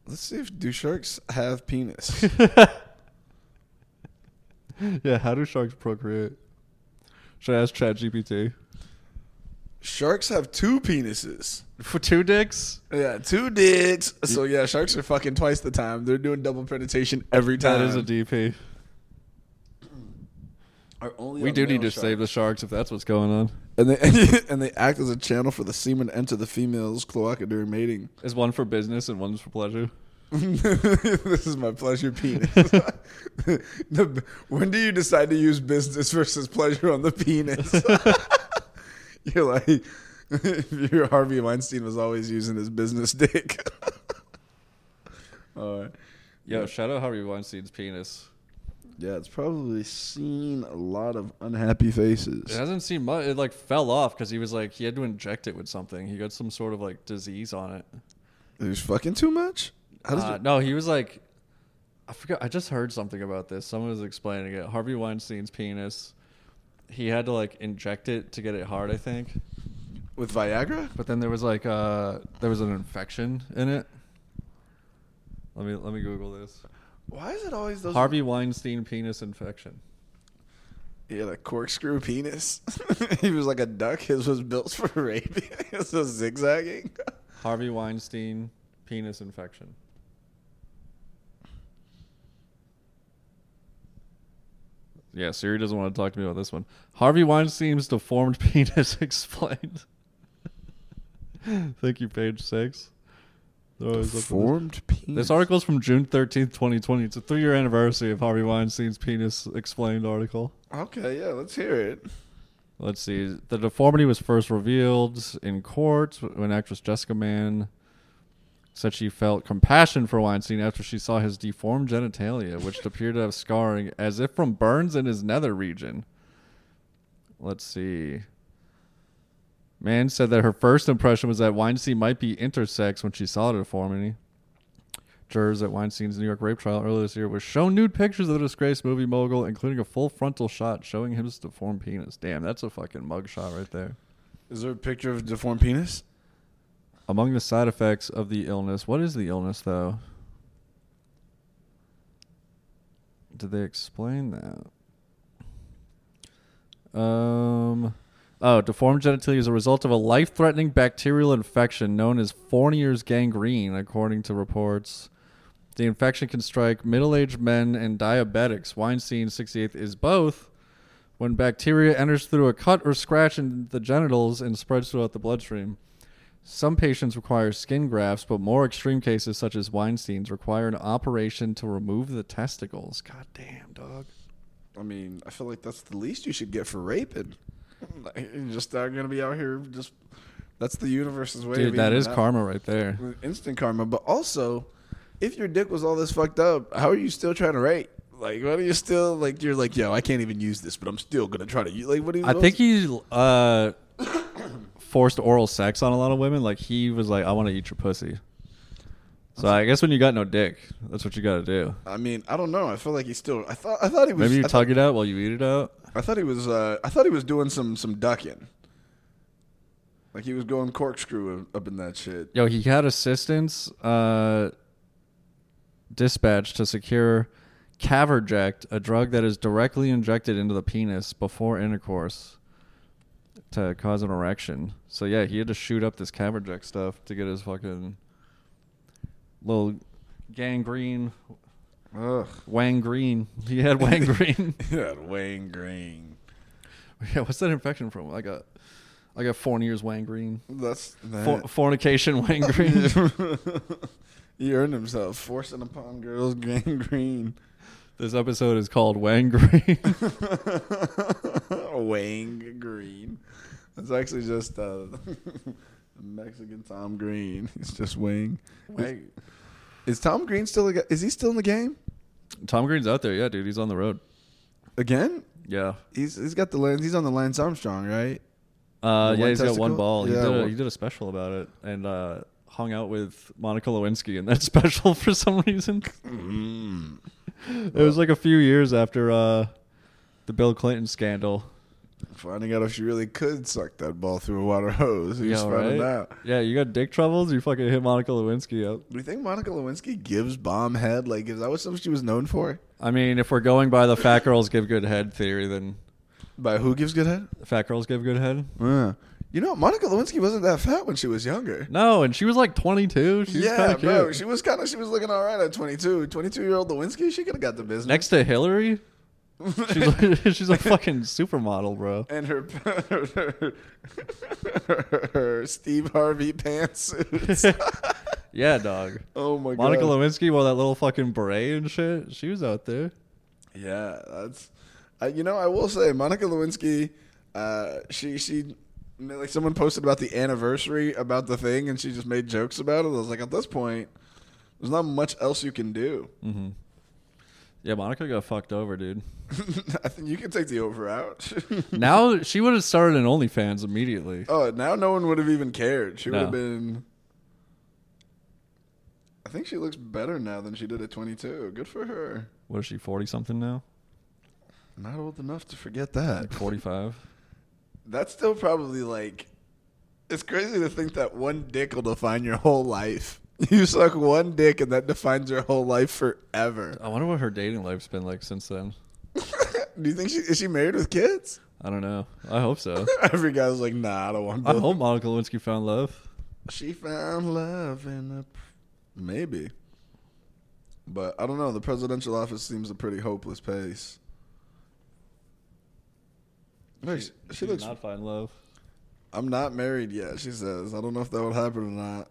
B: Let's see if do sharks have penis.
A: yeah, how do sharks procreate? Should I ask ChatGPT?
B: Sharks have two penises.
A: For two dicks?
B: Yeah, two dicks. So yeah, sharks are fucking twice the time. They're doing double penetration every time.
A: That is a DP.
B: Are only
A: We
B: on
A: do
B: male
A: need to
B: sharks.
A: save the sharks if that's what's going on.
B: And they and they act as a channel for the semen to enter the female's cloaca during mating.
A: Is one for business and one's for pleasure?
B: this is my pleasure penis. The- when do you decide to use business versus pleasure on the penis? you're like, your Harvey Weinstein was always using his business dick. All right.
A: Yo, shout out Harvey Weinstein's penis.
B: Yeah, it's probably seen a lot of unhappy faces.
A: It hasn't seen much. It like fell off because he was like he had to inject it with something. He got some sort of like disease on it.
B: There's fucking too much. How does
A: Uh,
B: it?
A: no, he was like, I forgot. I just heard something about this. Someone was explaining it. Harvey Weinstein's penis. He had to like inject it to get it hard, I think.
B: With Viagra?
A: But then there was like uh there was an infection in it. Let me let me Google this.
B: Why is it always those
A: Harvey Weinstein penis infection.
B: He had a corkscrew penis. he was like a duck. His was built for rabies. it was just zigzagging.
A: Harvey Weinstein penis infection. Yeah, Siri doesn't want to talk to me about this one. Harvey Weinstein's deformed penis explained. Thank you, page six. They're always looking for-
B: Formed penis.
A: This article's from June 13th, 2020. It's a three year anniversary of Harvey Weinstein's penis explained article.
B: Okay, yeah, let's hear it.
A: Let's see. The deformity was first revealed in court when actress Jessica Mann said she felt compassion for Weinstein after she saw his deformed genitalia, which appeared to have scarring as if from burns in his nether region. Let's see. Mann said that her first impression was that Weinstein might be intersex when she saw the deformity. Jurors at Weinstein's New York rape trial earlier this year was shown nude pictures of the disgraced movie mogul, including a full frontal shot showing his deformed penis. Damn, that's a fucking mug shot right there.
B: Is there a picture of a deformed penis?
A: Among the side effects of the illness, what is the illness though? Did they explain that? Um, oh, deformed genitalia is a result of a life-threatening bacterial infection known as Fournier's gangrene, according to reports. The infection can strike middle-aged men and diabetics. Weinstein, 68, is both. When bacteria enters through a cut or scratch in the genitals and spreads throughout the bloodstream. Some patients require skin grafts, but more extreme cases, such as Weinstein's, require an operation to remove the testicles. God damn, dog.
B: I mean, I feel like that's the least you should get for raping. Like, you just are gonna be out here just. That's the universe's way. of
A: Dude, that
B: being
A: is
B: out-
A: karma right there.
B: Instant karma, but also, if your dick was all this fucked up, how are you still trying to rape? Like, what are you still like? You're like, yo, I can't even use this, but I'm still gonna try to. u- Like, what do you?
A: I think he uh, forced oral sex on a lot of women. Like, he was like, I want to eat your pussy. So I guess when you got no dick, that's what you got to do.
B: I mean, I don't know. I feel like he still. I thought. I thought he was.
A: Maybe you
B: I,
A: tug it out while you eat it out.
B: I thought he was. Uh, I thought he was doing some some ducking. Like he was going corkscrew up in that shit.
A: Yo, he had assistants uh, dispatched to secure Caverject, a drug that is directly injected into the penis before intercourse to cause an erection. So yeah, he had to shoot up this Caverject stuff to get his fucking little gangrene,
B: Ugh.
A: Wang Green. He had Wang Green.
B: Yeah, Wayne Green.
A: yeah, what's that infection from? Like a like a four years Wang Green,
B: That's
A: For,
B: that.
A: fornication Wang Green.
B: he earned himself forcing upon girls Gang Green.
A: this episode is called Wang Green.
B: Wayne Green. That's actually just uh, Mexican Tom Green. He's just Wayne. Is,
A: Wang-
B: is Tom Green still? a g- Is he still in the game
A: Tom Green's out there, yeah, dude. He's on the road.
B: again?
A: Yeah.
B: He's he's got the lens. He's on the Lance Armstrong, right?
A: Uh,
B: The
A: yeah,
B: one
A: he's got
B: testicle?
A: one ball.
B: Yeah,
A: he, did
B: one-
A: a, he did a special about it and uh, hung out with Monica Lewinsky in that special for some reason. Mm-hmm. It was like a few years after uh, the Bill Clinton scandal.
B: Finding out if she really could suck that ball through a water hose. He's
A: Yeah,
B: finding
A: right?
B: out.
A: Yeah, you got dick troubles? You fucking hit Monica Lewinsky up.
B: Do you think Monica Lewinsky gives bomb head? Like, is that what something she was known for?
A: I mean, if we're going by the fat girls give good head theory, then
B: By who gives good head?
A: fat girls give good head.
B: Yeah. You know, Monica Lewinsky wasn't that fat when she was younger.
A: No, and she was like 22. She was kind
B: yeah,
A: of cute.
B: bro. She was kind of she was looking all right at 22. 22 year old Lewinsky, she could have got the business.
A: Next to Hillary, she's, she's a fucking supermodel, bro.
B: and her, her, her Steve Harvey pantsuits.
A: Yeah, dog.
B: oh my
A: Monica
B: god.
A: Lewinsky wore that little fucking beret and shit. She was out there.
B: Yeah, that's. I, you know, I will say Monica Lewinsky. Uh, she she like someone posted about the anniversary about the thing, and she just made jokes about it. I was like, at this point, there's not much else you can do.
A: Mm-hmm. Yeah, Monica got fucked over, dude.
B: I think you can take the over out.
A: now she would have started an OnlyFans immediately.
B: oh, now no one would have even cared. She would have
A: No.
B: been. I think she looks better now than she did at 22. Good for her.
A: What is she, 40 something now?
B: Not old enough to forget that.
A: Like 45?
B: That's still probably like. It's crazy to think that one dick will define your whole life. You suck one dick and that defines your whole life forever.
A: I wonder what her dating life's been like since then.
B: Do you think she is she married with kids?
A: I don't know. I hope so.
B: Every guy's like, nah, I don't want.
A: I
B: Bill.
A: hope Monica Lewinsky found love.
B: She found love in a p- maybe, but I don't know. The presidential office seems a pretty hopeless pace. Wait, she, she
A: She did
B: looks.
A: not find love.
B: I'm not married yet. She says, I don't know if that would happen or not.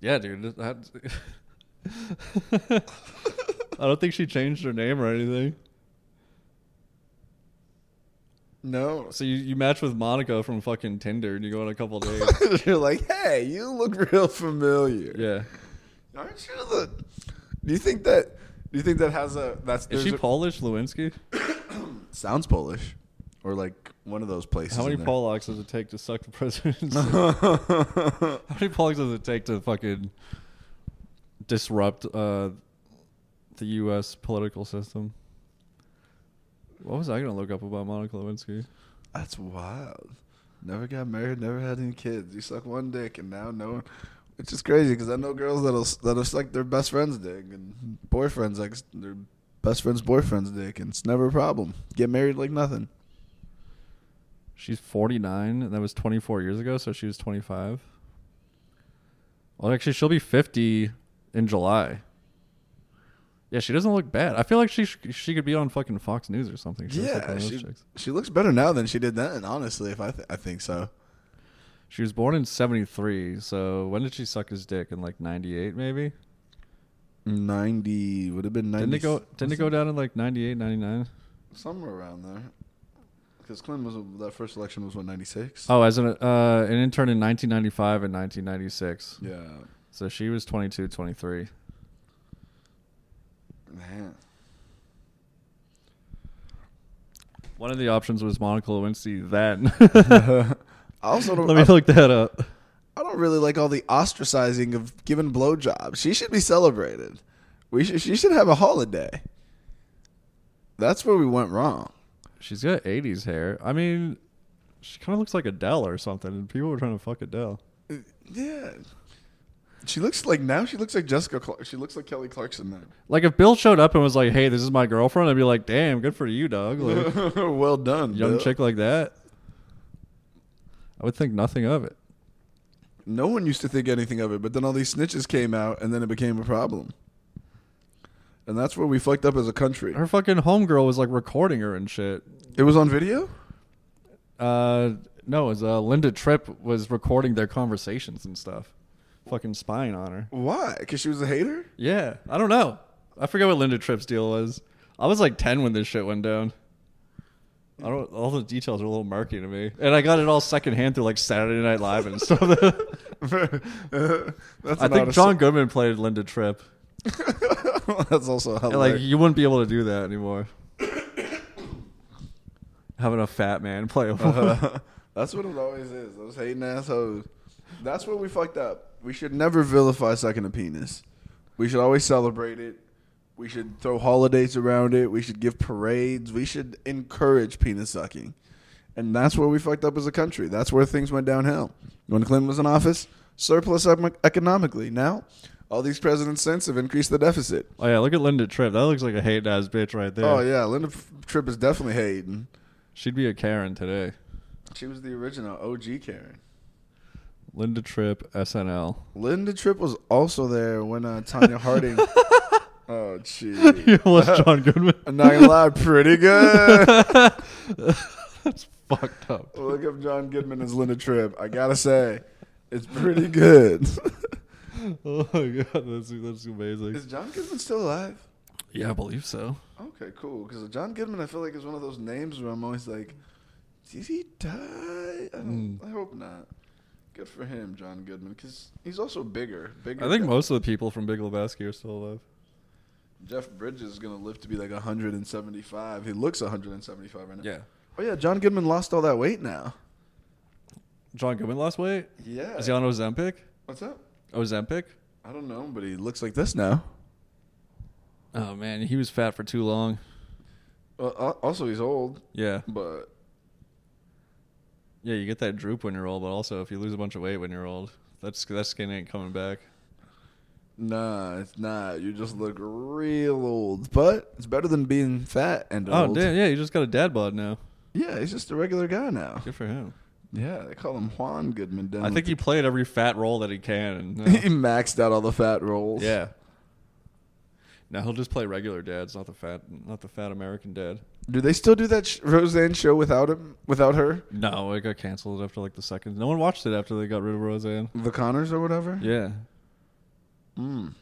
A: Yeah, dude. that- I don't think she changed her name or anything.
B: No.
A: So you, you match with Monica from fucking Tinder and you go on a couple days.
B: You're like, hey, you look real familiar.
A: yeah.
B: Aren't you the? Do you think that? Do you think that has a? That's
A: Is
B: there's
A: she
B: a-
A: Polish, Lewinsky?
B: sounds Polish, or like one of those places.
A: How many
B: in there.
A: Polacks does it take to suck the president? How many Polacks does it take to fucking disrupt uh, the U.S. political system? What was I gonna look up about Monica Lewinsky?
B: That's wild. Never got married, never had any kids. You suck one dick, and now no one. Which is crazy because I know girls that'll that'll suck their best friend's dick and boyfriends like their best friend's boyfriend's dick, and it's never a problem. Get married like nothing.
A: She's 49, and that was 24 years ago, so she was 25. Well, actually, she'll be 50 in July. Yeah, she doesn't look bad. I feel like she sh- she could be on fucking Fox News or something. She looks like one
B: yeah,
A: of those
B: she,
A: chicks.
B: she looks better now than she did then. Honestly, if I th- I think so.
A: She was born in 73, so when did she suck his dick? In like 98, maybe?
B: 90 would have been 90
A: Didn't it go, didn't it go down in like 98, 99?
B: somewhere around there because clinton was that first election was what 96
A: Oh, as an, uh, an intern in 1995 and 1996.
B: yeah
A: So she was 22, 23.
B: man
A: One of the options was Monica Lewinsky then.
B: i also don't
A: Let me
B: I,
A: look that up.
B: I don't really like all the ostracizing of giving blowjobs she should be celebrated we should she should have a holiday that's where we went wrong
A: She's got 80s hair. I mean, she kind of looks like Adele or something, and people were trying to fuck Adele.
B: yeah she looks like now she looks like jessica Clark. she looks like kelly clarkson now
A: Like, if Bill showed up and was like, hey, this is my girlfriend, I'd be like, damn, good for you, dog. Like,
B: well done
A: young
B: Bill.
A: chick like that, I would think nothing of it.
B: No one used to think anything of it, but then all these snitches came out, and then it became a problem. And that's where we fucked up as a country.
A: Her fucking homegirl was like recording her and shit.
B: It was on video.
A: Uh, no, it was uh, Linda Tripp was recording their conversations and stuff, fucking spying on her.
B: Why? Because she was a hater.
A: Yeah, I don't know. I forget what Linda Tripp's deal was. I was like ten when this shit went down. I don't. All the details are a little murky to me, and I got it all secondhand through like Saturday Night Live and stuff.
B: that's
A: I
B: an
A: think
B: honest-
A: John Goodman played Linda Tripp.
B: that's also
A: And, like
B: hilarious.
A: you wouldn't be able to do that anymore. Having a fat man play a woman.
B: Uh-huh. that's what it always is. Those hating assholes. That's where we fucked up. We should never vilify sucking a penis. We should always celebrate it. We should throw holidays around it. We should give parades. We should encourage penis sucking. And that's where we fucked up as a country. That's where things went downhill. When Clinton was in office, surplus ec- economically. Now, all these presidents since have increased the deficit.
A: Oh yeah, look at Linda Tripp. That looks like a hate ass bitch right there.
B: Oh, yeah. Linda F- Tripp is definitely hating.
A: She'd be a Karen today.
B: She was the original OG Karen.
A: Linda Tripp, SNL.
B: Linda Tripp was also there when uh, Tanya Harding. oh, jeez.
A: You was John Goodman.
B: I'm not gonna lie, pretty good. Oh,
A: That's fucked up.
B: Look up John Goodman as Linda Tripp. I gotta say, it's pretty good.
A: Oh my god, that's that's amazing.
B: is John Goodman still alive?
A: Yeah, I believe so.
B: Okay, cool. Because John Goodman, I feel like is one of those names where I'm always like, did he die? I, don't,
A: Hmm.
B: I hope not. Good for him, John Goodman, because he's also bigger. Bigger.
A: I think
B: than-
A: most of the people from Big Lebowski are still alive.
B: Jeff Bridges is gonna live to be like 175. He looks 175 right now. Oh yeah, John Goodman lost all that weight now.
A: John Goodman lost weight.
B: Yeah.
A: Is he on Ozempic?
B: What's up?
A: Ozempic?
B: I don't know, but he looks like this now.
A: Oh man, he was fat for too long.
B: Uh, al- also, he's old,
A: Yeah.
B: but
A: Yeah, you get that droop when you're old, but also if you lose a bunch of weight when you're old, that's that skin ain't coming back.
B: nah, it's not. You just look real old, but it's better than being fat and
A: Oh
B: old.
A: damn, yeah, you just got a dad bod now.
B: Yeah, he's just a regular guy now.
A: Good for him.
B: Yeah, they call him Juan Goodman. Down
A: I think he
B: with
A: played every fat role that he can.
B: the-
A: And, uh,
B: he maxed out all the fat rolls.
A: yeah. Now he'll just play regular dads, not the fat, not the fat American dad.
B: Do they still do that sh- Roseanne show without him? Without her,
A: No, it got canceled after like the second. No one watched it after they got rid of Roseanne.
B: the Connors or whatever.
A: Yeah.
B: Mm.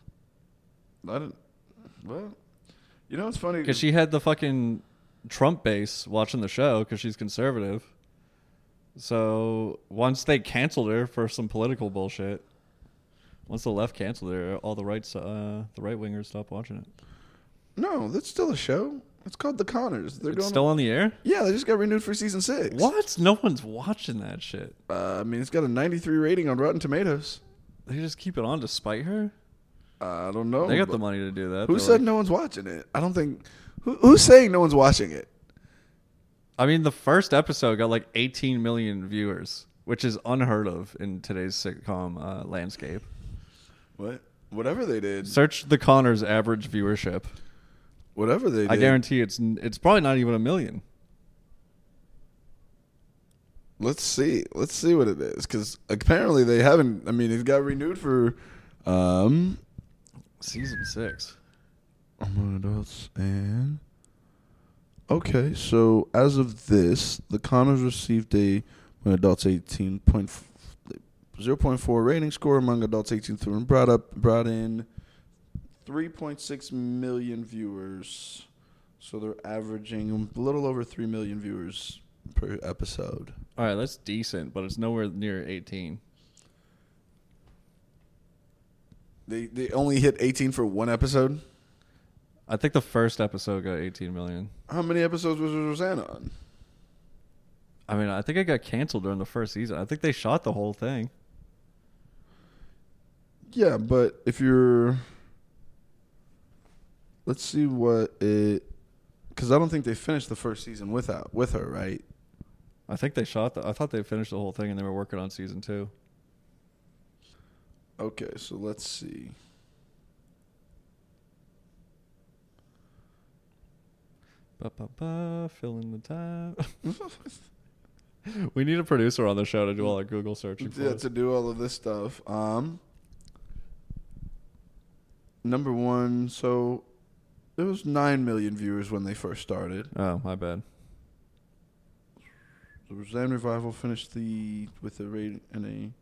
B: I didn't. Well, you know it's funny
A: Because she had the fucking Trump base watching the show because she's conservative. So once they canceled her for some political bullshit, once the left canceled her, all the rights, uh, the right wingers stopped watching it.
B: No, that's still a show. It's called The Conners. They're
A: it's
B: going.
A: still on the air.
B: yeah, they just got renewed for season six.
A: What? No one's watching that shit.
B: Uh, I mean, it's got a 93 rating on Rotten Tomatoes.
A: They just keep it on to spite her.
B: I don't know.
A: They got
B: Oh, but
A: the money to do that.
B: Who
A: They're
B: said
A: like-
B: no one's watching it? I don't think. Who, who's saying no one's watching it?
A: I mean, the first episode got like 18 million viewers, which is unheard of in today's sitcom uh, landscape.
B: What? Whatever they did.
A: Search the Connors average viewership.
B: Whatever they did.
A: I guarantee it's n- it's probably not even a million.
B: Let's see. Let's see what it is, because apparently they haven't. I mean, it got renewed for. Um,
A: Season six.
B: I'm on adults and. Okay, so as of this, the Connors received a when adults 18 point f- 0.4 rating score among adults 18 through and brought up brought in 3.6 million viewers. So they're averaging a little over 3 million viewers per episode.
A: All right, that's decent, but it's nowhere near 18.
B: They they only hit 18 for one episode.
A: I think the first episode got 18 million.
B: How many episodes was Rosanna on?
A: I mean, I think it got canceled during the first season. I think they shot the whole thing.
B: Yeah, but if you're, let's see what it, because I don't think they finished the first season without with her, right?
A: I think they shot the. I thought they finished the whole thing and they were working on season two.
B: Okay, so let's see.
A: Ba ba ba, fill in the time. we need a producer on the show to do all our Google searching. For
B: Yeah,
A: us.
B: to do all of this stuff. Um, number one, so there was nine million viewers when they first started.
A: oh, my bad.
B: The Roseanne revival finished the with a rating and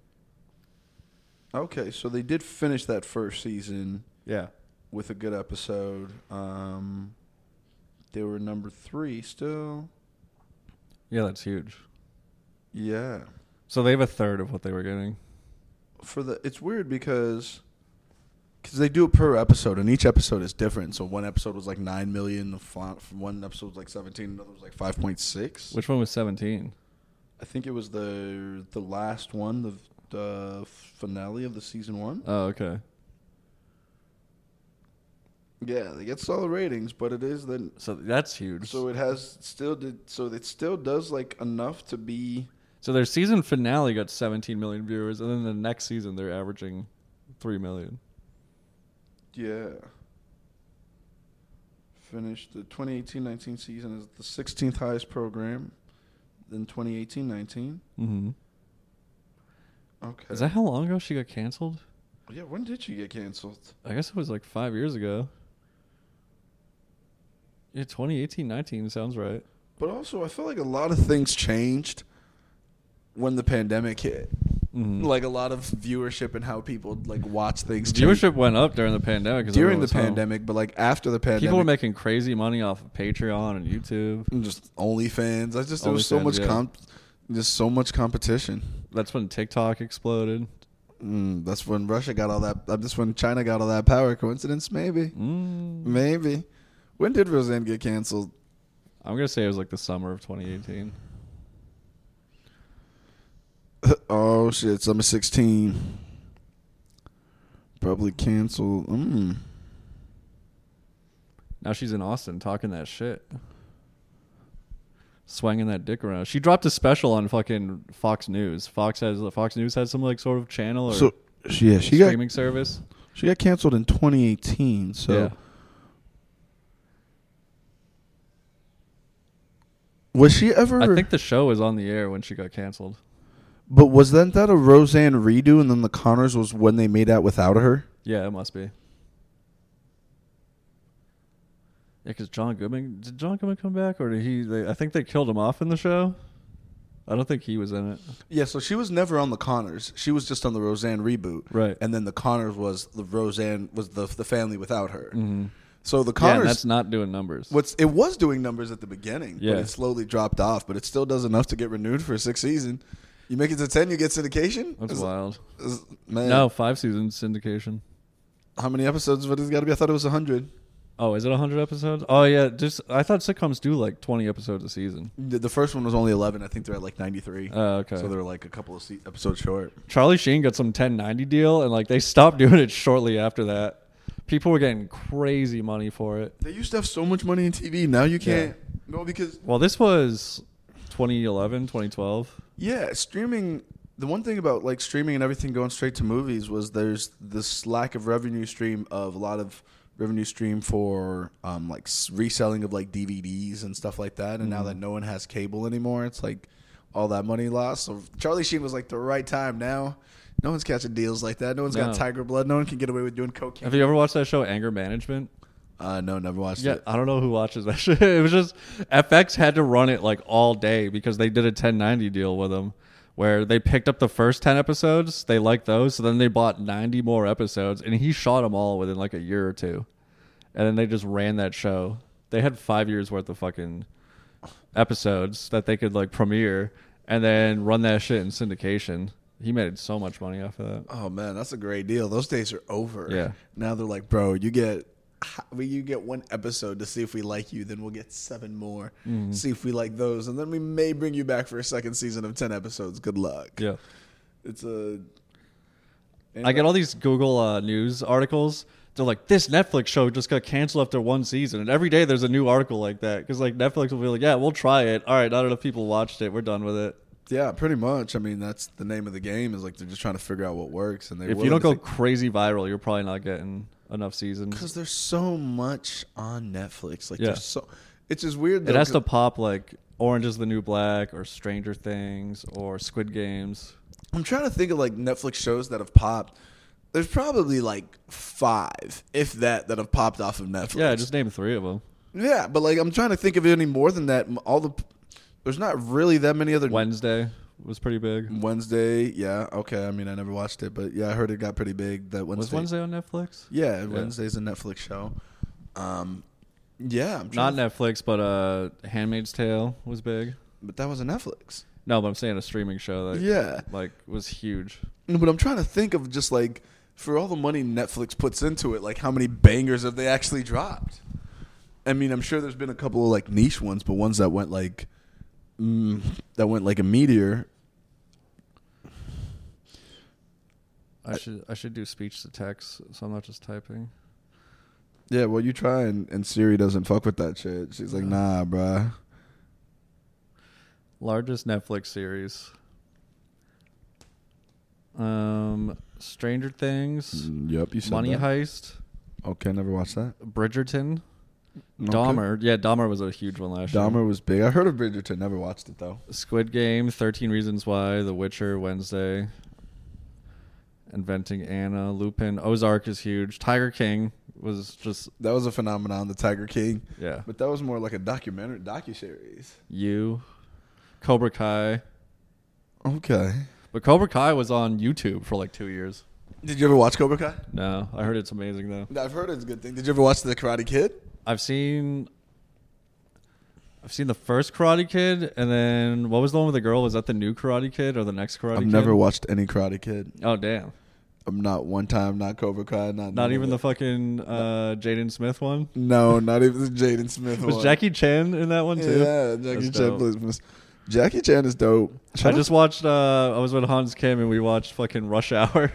B: a. Okay, so they did finish that first season.
A: Yeah.
B: with a good episode. Um, they were number three still.
A: Yeah, that's huge.
B: Yeah,
A: So they have a third of what they were getting.
B: for the it's weird because because they do it per episode, and each episode is different. So one episode was like nine million. The font one episode was like seventeen. Another was like five point six.
A: Which one was 17?
B: I think it was the the last one, the the finale of the season one.
A: Oh, okay.
B: Yeah, they get solid ratings, but it is then
A: So that's huge.
B: so it has still did so it still does like enough to be
A: So their season finale got 17 million viewers, and then the next season they're averaging 3 million.
B: Yeah. Finished the 2018-19 season as the 16th highest program than 2018-19.
A: Mm-hmm.
B: Okay.
A: Is that how long ago she got canceled?
B: yeah, when did she get canceled?
A: I guess it was like five years ago. Yeah, 2018 19 sounds right.
B: But also, I feel like a lot of things changed when the pandemic hit.
A: Mm-hmm.
B: Like a lot of viewership and how people like watch things. changed
A: Viewership went up during the pandemic. 'cause
B: during
A: everyone
B: the
A: was home.
B: pandemic, but like after the pandemic,
A: people were making crazy money off of Patreon and YouTube.
B: and just OnlyFans. I just there was so
A: OnlyFans,
B: much
A: yeah.
B: comp, just so much competition.
A: That's when TikTok exploded.
B: Mm, that's when Russia got all that. uh, That's when China got all that power. Coincidence? Maybe.
A: Mm.
B: Maybe. When did Roseanne get canceled?
A: I'm gonna say it was like the summer of 2018.
B: oh shit! Summer sixteen. Probably canceled. Mm.
A: Now she's in Austin talking that shit. Swinging that dick around. She dropped a special on fucking Fox News. Fox has Fox News has some like sort of channel or
B: So she yeah she got
A: streaming service.
B: she got canceled in 2018. So
A: yeah.
B: was she ever?
A: I think the show was on the air when she got canceled.
B: but wasn't that a Roseanne redo? And then the Connors was when they made out without her.
A: Yeah, it must be. Yeah, because John Goodman did John Goodman come back or did he? They, I think they killed him off in the show. I don't think he was in it.
B: Yeah, so she was never on the Connors. She was just on the Roseanne reboot.
A: Right.
B: And then the Connors was the Roseanne was the the family without her.
A: Mm-hmm.
B: So
A: Yeah,
B: the Connors
A: and that's not doing numbers.
B: what's it was doing numbers at the beginning,
A: Yeah.
B: but it slowly dropped off, but it still does enough to get renewed for a sixth season. You make it to 10, you get syndication?
A: That's
B: Is- Uh,
A: wild.
B: is- man,
A: No, five seasons syndication.
B: How many episodes would it got to be? I thought it was 100.
A: Oh, is it 100 episodes? Oh yeah, just I thought sitcoms do like 20 episodes a season.
B: The, the first one was only 11. I think they're at like 93.
A: Oh, okay.
B: So they're like a couple of se- episodes short.
A: Charlie Sheen got some 1090 deal and like they stopped doing it shortly after that. People were getting crazy money for it.
B: They used to have so much money in TV. Now you can't. No, because
A: Well, this was 2011, 2012.
B: Yeah, streaming. The one thing about like streaming and everything going straight to movies was there's this lack of revenue stream of a lot of revenue stream for um, like s- reselling of like DVDs and stuff like that. And now
A: Mm-hmm.
B: that no one has cable anymore, it's like all that money lost. So Charlie Sheen was like the right time now. No one's catching deals like that. No one's
A: No.
B: got tiger blood. No one can get away with doing cocaine.
A: Have you ever watched that show Anger Management?
B: Uh, no, never watched
A: Yeah,
B: it.
A: I don't know who watches that shit. It was just FX had to run it like all day because they did a 1090 deal with them where they picked up the first 10 episodes, they liked those, so then they bought 90 more episodes and he shot them all within like a year or two. And then they just ran that show. They had 5 years worth of fucking episodes that they could like premiere and then run that shit in syndication. He made so much money off of that.
B: Oh man, that's a great deal. Those days are over.
A: Yeah.
B: Now they're like, bro, you get, well, you get one episode to see if we like you. Then we'll get seven more,
A: Mm-hmm.
B: see if we like those, and then we may bring you back for a second season of ten episodes. Good luck.
A: Yeah.
B: It's a.
A: I get all these Google uh, news articles. They're like, this Netflix show just got canceled after one season, and every day there's a new article like that because like Netflix will be like, yeah, we'll try it. All right, not enough people watched it. We're done with it.
B: Yeah, pretty much. I mean, that's the name of the game. Is like they're just trying to figure out what works, and they.
A: if you don't go crazy viral, you're probably not getting enough seasons.
B: because there's so much on Netflix. Like,
A: Yeah.
B: there's so it's just weird.
A: It
B: though,
A: has
B: 'cause-
A: to pop like Orange is the New Black or Stranger Things or Squid Games.
B: I'm trying to think of like Netflix shows that have popped. There's probably like five, if that, that have popped off of Netflix.
A: Yeah, just name three of them.
B: yeah. But like, I'm trying to think of any more than that. All the there's not really that many other
A: Wednesday was pretty big.
B: Mm, Wednesday. Yeah, okay. I mean, I never watched it, but yeah, I heard it got pretty big. That Wednesday.
A: Was Wednesday on Netflix?
B: Yeah, Wednesday's a Netflix show. Um, yeah, I'm
A: Not
B: trying. to-
A: Netflix, but uh, Handmaid's Tale was big.
B: but that was a Netflix.
A: No, but I'm saying a streaming show that
B: Yeah.
A: like was huge.
B: But I'm trying to think of just like for all the money Netflix puts into it, like how many bangers have they actually dropped? I mean, I'm sure there's been a couple of like niche ones, but ones that went like mm, that went like a meteor.
A: I should I should do speech to text, so I'm not just typing.
B: Yeah, well, you try and, and Siri doesn't fuck with that shit. She's like,
A: Yeah.
B: nah, bruh.
A: Largest Netflix series. Um, Stranger Things,
B: Mm, Yep, you said
A: Money
B: that.
A: Heist,
B: Okay, never watched that.
A: Bridgerton,
B: Okay.
A: Dahmer. Yeah, Dahmer was a huge one last year.
B: Dahmer was big. I heard of Bridgerton. Never watched it though.
A: Squid Game, Thirteen Reasons Why, The Witcher, Wednesday, Inventing Anna, Lupin, Ozark is huge. Tiger King was just
B: That was a phenomenon. The Tiger King,
A: yeah.
B: but that was more like a documentary, docu series.
A: You, Cobra Kai,
B: Okay.
A: but Cobra Kai was on YouTube for like two years.
B: Did you ever watch Cobra Kai?
A: No, I heard it's amazing though.
B: I've heard it's a good thing. Did you ever watch The Karate Kid?
A: I've seen I've seen the first Karate Kid and then what was the one with the girl? Was that the new Karate Kid or the next Karate
B: I've
A: Kid?
B: never watched any Karate Kid.
A: Oh damn.
B: I'm not one time, not Cobra Kai, not none
A: Not
B: of
A: even the
B: it.
A: fucking uh Jaden Smith one.
B: no, not even the Jaden Smith
A: Was
B: one.
A: Jackie Chan in that one too?
B: Yeah, Jackie
A: That's
B: Chan.
A: dope.
B: plays Miss- Jackie Chan is dope.
A: I just watched uh I was with Hans Kim and we watched fucking Rush Hour.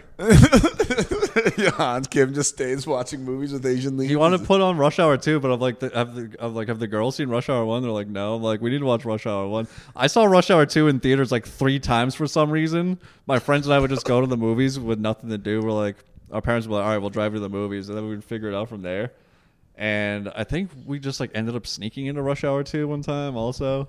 B: yeah, Hans Kim just stays watching movies with Asian leads.
A: You want to put on Rush Hour 2, but I'm like, the, have the, I'm like, have the girls seen Rush Hour 1? They're like, no. I'm like, we need to watch Rush Hour 1. I saw Rush Hour 2 in theaters like three times for some reason. My friends and I would just go to the movies with nothing to do. We're like, our parents were like, all right, we'll drive you to the movies. And then we would figure it out from there. And I think we just like ended up sneaking into Rush Hour 2 one time also.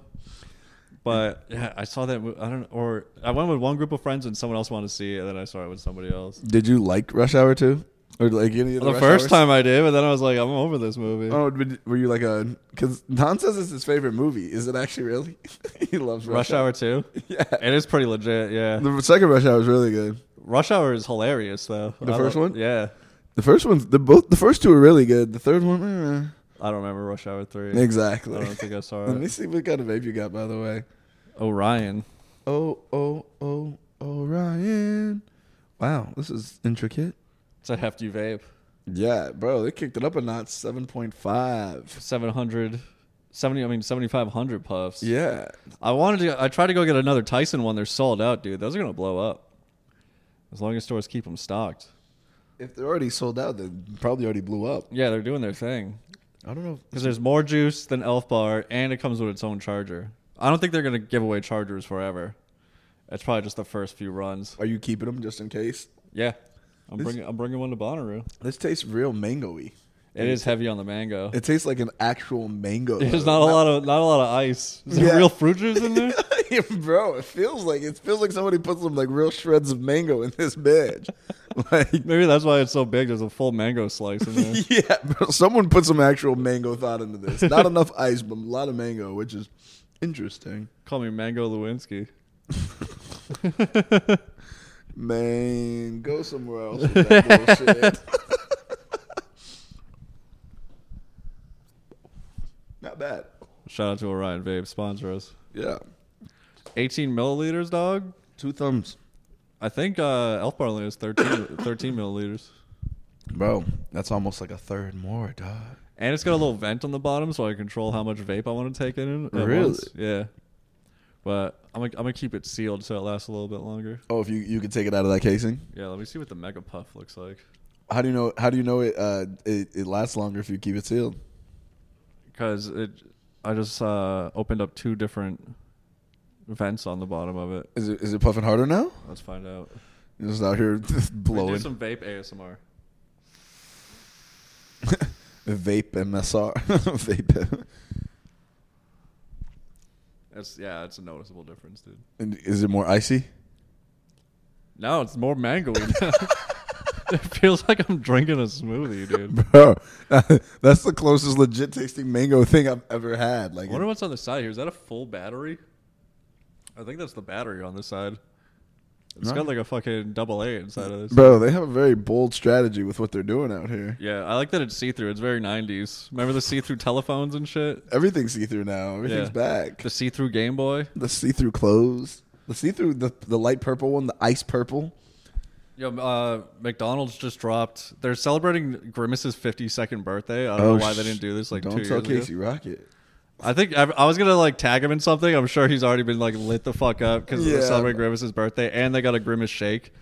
A: But yeah, I saw that. mo- I don't, or I went with one group of friends and someone else wanted to see it. And then I saw it with somebody else.
B: Did you like Rush Hour 2? Or like any of the,
A: The,
B: rush
A: first
B: hours?
A: time I did, but then I was like, I'm over this movie.
B: Oh, but were you like a? Because Don says it's his favorite movie. Is it actually really? he loves
A: Rush Hour Two.
B: Yeah.
A: It is pretty legit, yeah.
B: The second Rush Hour is really good.
A: Rush Hour is hilarious though.
B: The
A: I
B: first
A: don't-
B: one?
A: Yeah.
B: The first one's the both the first two are really good. The third one,
A: I don't remember Rush Hour Three.
B: eh, exactly.
A: I don't think I saw
B: Let me
A: it.
B: see what kind of vape you got, by the way.
A: Orion.
B: Oh, oh, oh, oh, Ryan. Wow, this is intricate.
A: It's a hefty vape.
B: Yeah, bro, they kicked it up a notch, seven point five.
A: 700, 70, I mean 7500 puffs.
B: Yeah,
A: I wanted to. I tried to go get another Tyson one. They're sold out, dude. Those are gonna blow up. As long as stores keep them stocked.
B: if they're already sold out, they probably already blew up.
A: Yeah, they're doing their thing.
B: I don't know.
A: Because there's more juice than Elf Bar, and it comes with its own charger. I don't think they're gonna give away chargers forever. It's probably just the first few runs.
B: Are you keeping them just in case?
A: Yeah, I'm
B: This-
A: bringing. I'm bringing one to Bonnaroo.
B: This tastes real mango-y.
A: It is heavy on the mango.
B: It tastes like an actual mango.
A: There's
B: though.
A: not a lot of not a lot of ice. Is
B: Yeah.
A: there real fruit juice in there?
B: Yeah, bro, it feels like it feels like somebody put some like real shreds of mango in this badge. like,
A: Maybe that's why it's so big. There's a full mango slice in there.
B: yeah, bro, someone put some actual mango thought into this. Not enough ice, but a lot of mango, which is interesting.
A: Call me Mango Lewinsky.
B: Man, go somewhere else with that bullshit. Not bad.
A: Shout out to Orion Vape, sponsor us.
B: Yeah,
A: 18 milliliters, dog.
B: two thumbs,
A: I think uh, Elf Bar only is 13, 13 milliliters.
B: bro. That's almost like a third more, dog.
A: And it's got a little vent on the bottom so I control how much vape I want to take in. at
B: Really?
A: once. Yeah. But I'm going to I'm gonna keep it sealed so it lasts a little bit longer.
B: Oh, if you you could take it out of that casing.
A: Yeah, let me see what the Mega Puff looks like.
B: How do you know? How do you know it? Uh, it, it lasts longer if you keep it sealed.
A: Because it, I just uh, opened up two different vents on the bottom of it.
B: Is it is it puffing harder now?
A: Let's find out.
B: You're just out here
A: We
B: blowing
A: do some vape ASMR.
B: vape MSR vape.
A: It's yeah, it's a noticeable difference, dude.
B: And is it more icy?
A: Now it's more mangoey. Now. it feels like I'm drinking a smoothie, dude.
B: Bro, that's the closest legit tasting mango thing I've ever had. Like,
A: I wonder what's on the side here. Is that a full battery? I think that's the battery on the side. It's got
B: Right.
A: like a fucking double A inside of this.
B: bro, they have a very bold strategy with what they're doing out here.
A: Yeah, I like that it's see through. It's very 90s. Remember the see through telephones and shit?
B: Everything's see through now. Everything's
A: Yeah.
B: back.
A: The see through Game Boy?
B: The see through clothes. The see through the the light purple one, the ice purple.
A: Yo, uh, McDonald's just dropped. They're celebrating Grimace's 52nd birthday. I don't know why they
B: Oh, sh-
A: didn't do this like
B: don't
A: two years
B: tell
A: ago.
B: Casey Rocket.
A: I think I, I was gonna like tag him in something. I'm sure he's already been like lit the fuck up because
B: Yeah.
A: they're celebrating Grimace's birthday, and they got a Grimace shake,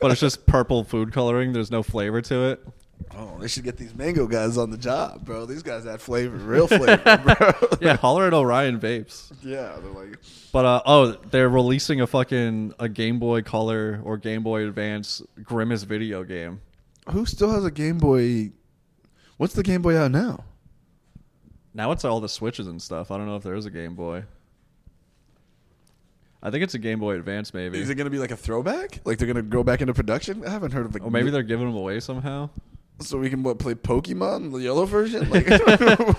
A: but it's just purple food coloring. There's no flavor to it.
B: Oh, they should get these mango guys on the job, bro. These guys had flavor, real flavor, bro.
A: Yeah, holler at Orion Vapes.
B: yeah, they're like,
A: But uh, oh, they're releasing a fucking a Game Boy Color or Game Boy Advance Grimace video game.
B: who still has a Game Boy? What's the Game Boy out now?
A: Now it's all the switches and stuff. I don't know if there is a Game Boy. I think it's a Game Boy Advance, maybe,
B: Is it gonna be like a throwback? Like they're gonna go back into production? I haven't heard of a.
A: or maybe they're giving them away somehow.
B: so we can what, play Pokemon, the yellow version. Like,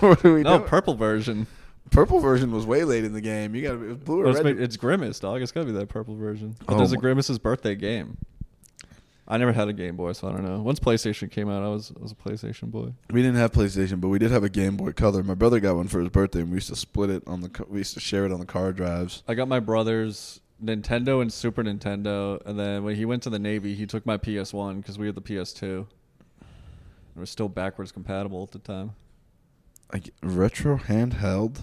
B: what do we
A: No,
B: do?
A: purple version.
B: Purple version was way late in the game. You gotta be it was blue or
A: Well, it's,
B: red.
A: ma- it's Grimace, dog. It's gotta be that purple version. But
B: Oh
A: there's a
B: my-
A: Grimace's birthday game. I never had a Game Boy, so I don't know. Once PlayStation came out, I was I was a PlayStation boy.
B: we didn't have PlayStation, but we did have a Game Boy Color. My brother got one for his birthday, and we used to split it on the. co- We used to share it on the car drives.
A: I got my brother's Nintendo and Super Nintendo, and then when he went to the Navy, he took my PS1 because we had the PS2. It was still backwards compatible at the time.
B: Like retro handheld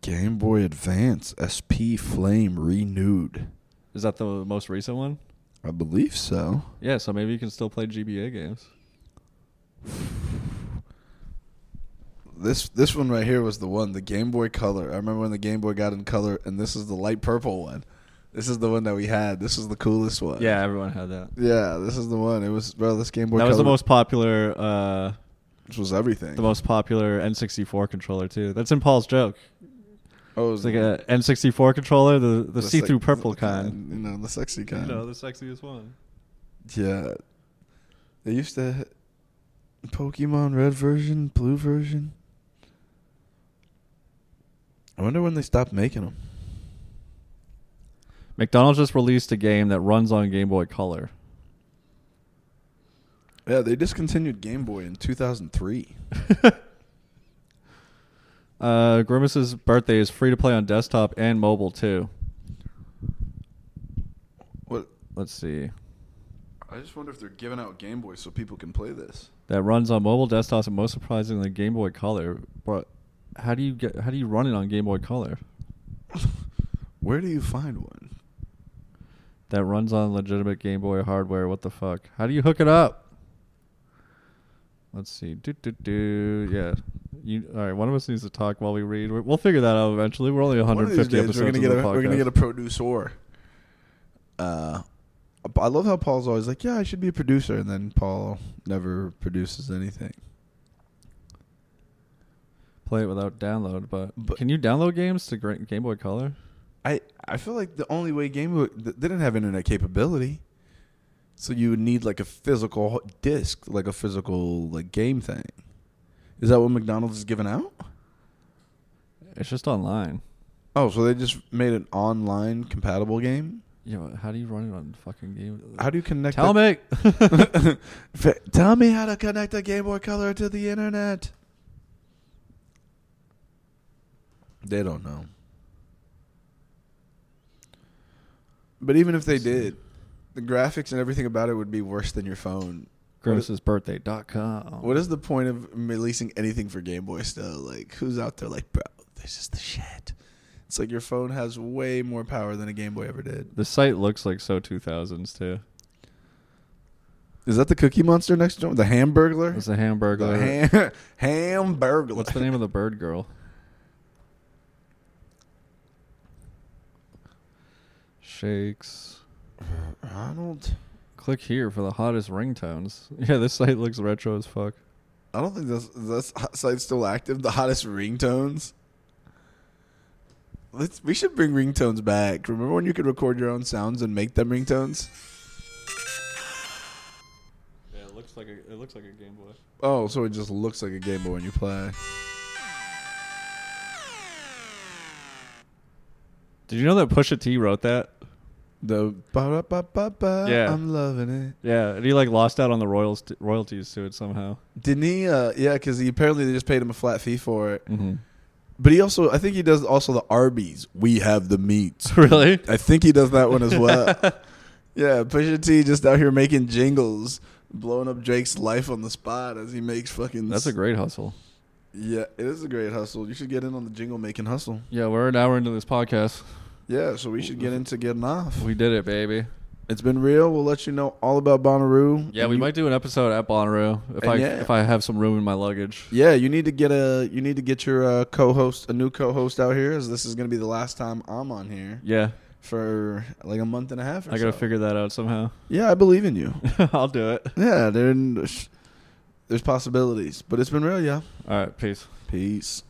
B: Game Boy Advance SP Flame renewed.
A: Is that the most recent one?
B: I believe so.
A: Yeah, so maybe you can still play GBA games.
B: This this one right here was the one, the Game Boy Color. I remember when the Game Boy got in color, and this is the light purple one. This is the one that we had. This is the coolest one.
A: Yeah, everyone had that.
B: Yeah, this is the one. It was bro, this Game Boy
A: That was the
B: Color
A: most popular uh,
B: which was everything.
A: the most popular N64 controller too. That's in Paul's joke.
B: oh, it
A: It's
B: was
A: like a N64 controller, the the
B: the
A: see-through
B: sex-
A: purple
B: the
A: kind.
B: You know, the sexy kind.
A: the sexiest one.
B: Yeah. They used to Pokemon Red version, Blue version. I wonder when they stopped making them.
A: McDonald's just released a game that runs on Game Boy Color.
B: Yeah, they discontinued Game Boy in 2003.
A: Uh, Grimace's birthday is free to play on desktop and mobile too.
B: What?
A: Let's see.
B: I just wonder if they're giving out Game Boys so people can play this.
A: That runs on mobile desktops and most surprisingly Game Boy Color. But how do you get how do you run it on Game Boy Color?
B: Where do you find one?
A: That runs on legitimate Game Boy hardware. What the fuck? How do you hook it up? Let's see. Do do do. Yeah. You all right? One of us needs to talk while we read. we we'll figure that out eventually. We're only 150
B: One of these days,
A: episodes
B: We're gonna
A: in
B: get
A: the
B: a, we're gonna
A: podcast.
B: get a producer. Uh, I love how Paul's always like, "Yeah, I should be a producer," and then Paul never produces anything.
A: play it without download. But,
B: But-
A: can you download games to Gra- Game Boy Color?
B: I I feel like the only way Game Boy th- they didn't have internet capability, so you would need like a physical h- disc, like a physical like game thing. Is that what McDonald's is giving out?
A: It's just online.
B: Oh, so they just made an online compatible game.
A: Yeah, but how do you run it on fucking Game?
B: How do you connect?
A: Tell
B: the-
A: me.
B: Fa- Tell me how to connect a Game Boy Color to the internet. They don't know. But even if they did, the graphics and everything about it would be worse than your phone.
A: Grimmsesbirthday.com.
B: What is the point of releasing anything for Game Boy still? Like, who's out there like, bro, this is the shit? It's like your phone has way more power than a Game Boy ever did.
A: the site looks like so 2000s too.
B: Is that the Cookie Monster next to him? The Hamburglar?
A: It's a hamburger.
B: The ham- Hamburglar.
A: What's the name of the bird girl? Shakes.
B: Ronald?
A: Click here for the hottest ringtones. Yeah, this site looks retro as fuck.
B: I don't think this this site's still active. The hottest ringtones. Let's we should bring ringtones back. Remember when you could record your own sounds and make them ringtones?
A: Yeah, it looks like a it looks like a Game Boy.
B: Oh, so it just looks like a Game Boy when you play.
A: Did you know that Pusha T wrote that?
B: The ba da ba ba ba.
A: Yeah.
B: I'm loving it.
A: Yeah, and he like lost out on the royals royalties to it somehow.
B: Didn't he? Uh, yeah, because he apparently they just paid him a flat fee for it.
A: Mm-hmm.
B: But he also, I think he does also the Arby's. We have the meats.
A: Really?
B: I think he does that one as well. yeah, Pusha T just out here making jingles, blowing up Drake's life on the spot as he makes fucking.
A: That's a great hustle.
B: Yeah, it is a great hustle. You should get in on the jingle making hustle.
A: Yeah, we're an hour into this podcast.
B: Yeah, so we should get into getting off.
A: We did it, baby.
B: It's been real. We'll let you know all about Bonnaroo.
A: Yeah,
B: And
A: we
B: you-
A: might do an episode at Bonnaroo if
B: And
A: I
B: yeah.
A: if I have some room in my luggage.
B: Yeah, you need to get a you need to get your uh, co-host a new co-host out here. As this is going to be the last time I'm on here
A: Yeah,
B: for like a month and a half. Or
A: I gotta
B: so.
A: figure that out somehow.
B: Yeah, I believe in you.
A: I'll do it.
B: yeah, there- there's possibilities, but it's been real. Yeah.
A: All right, peace.
B: Peace.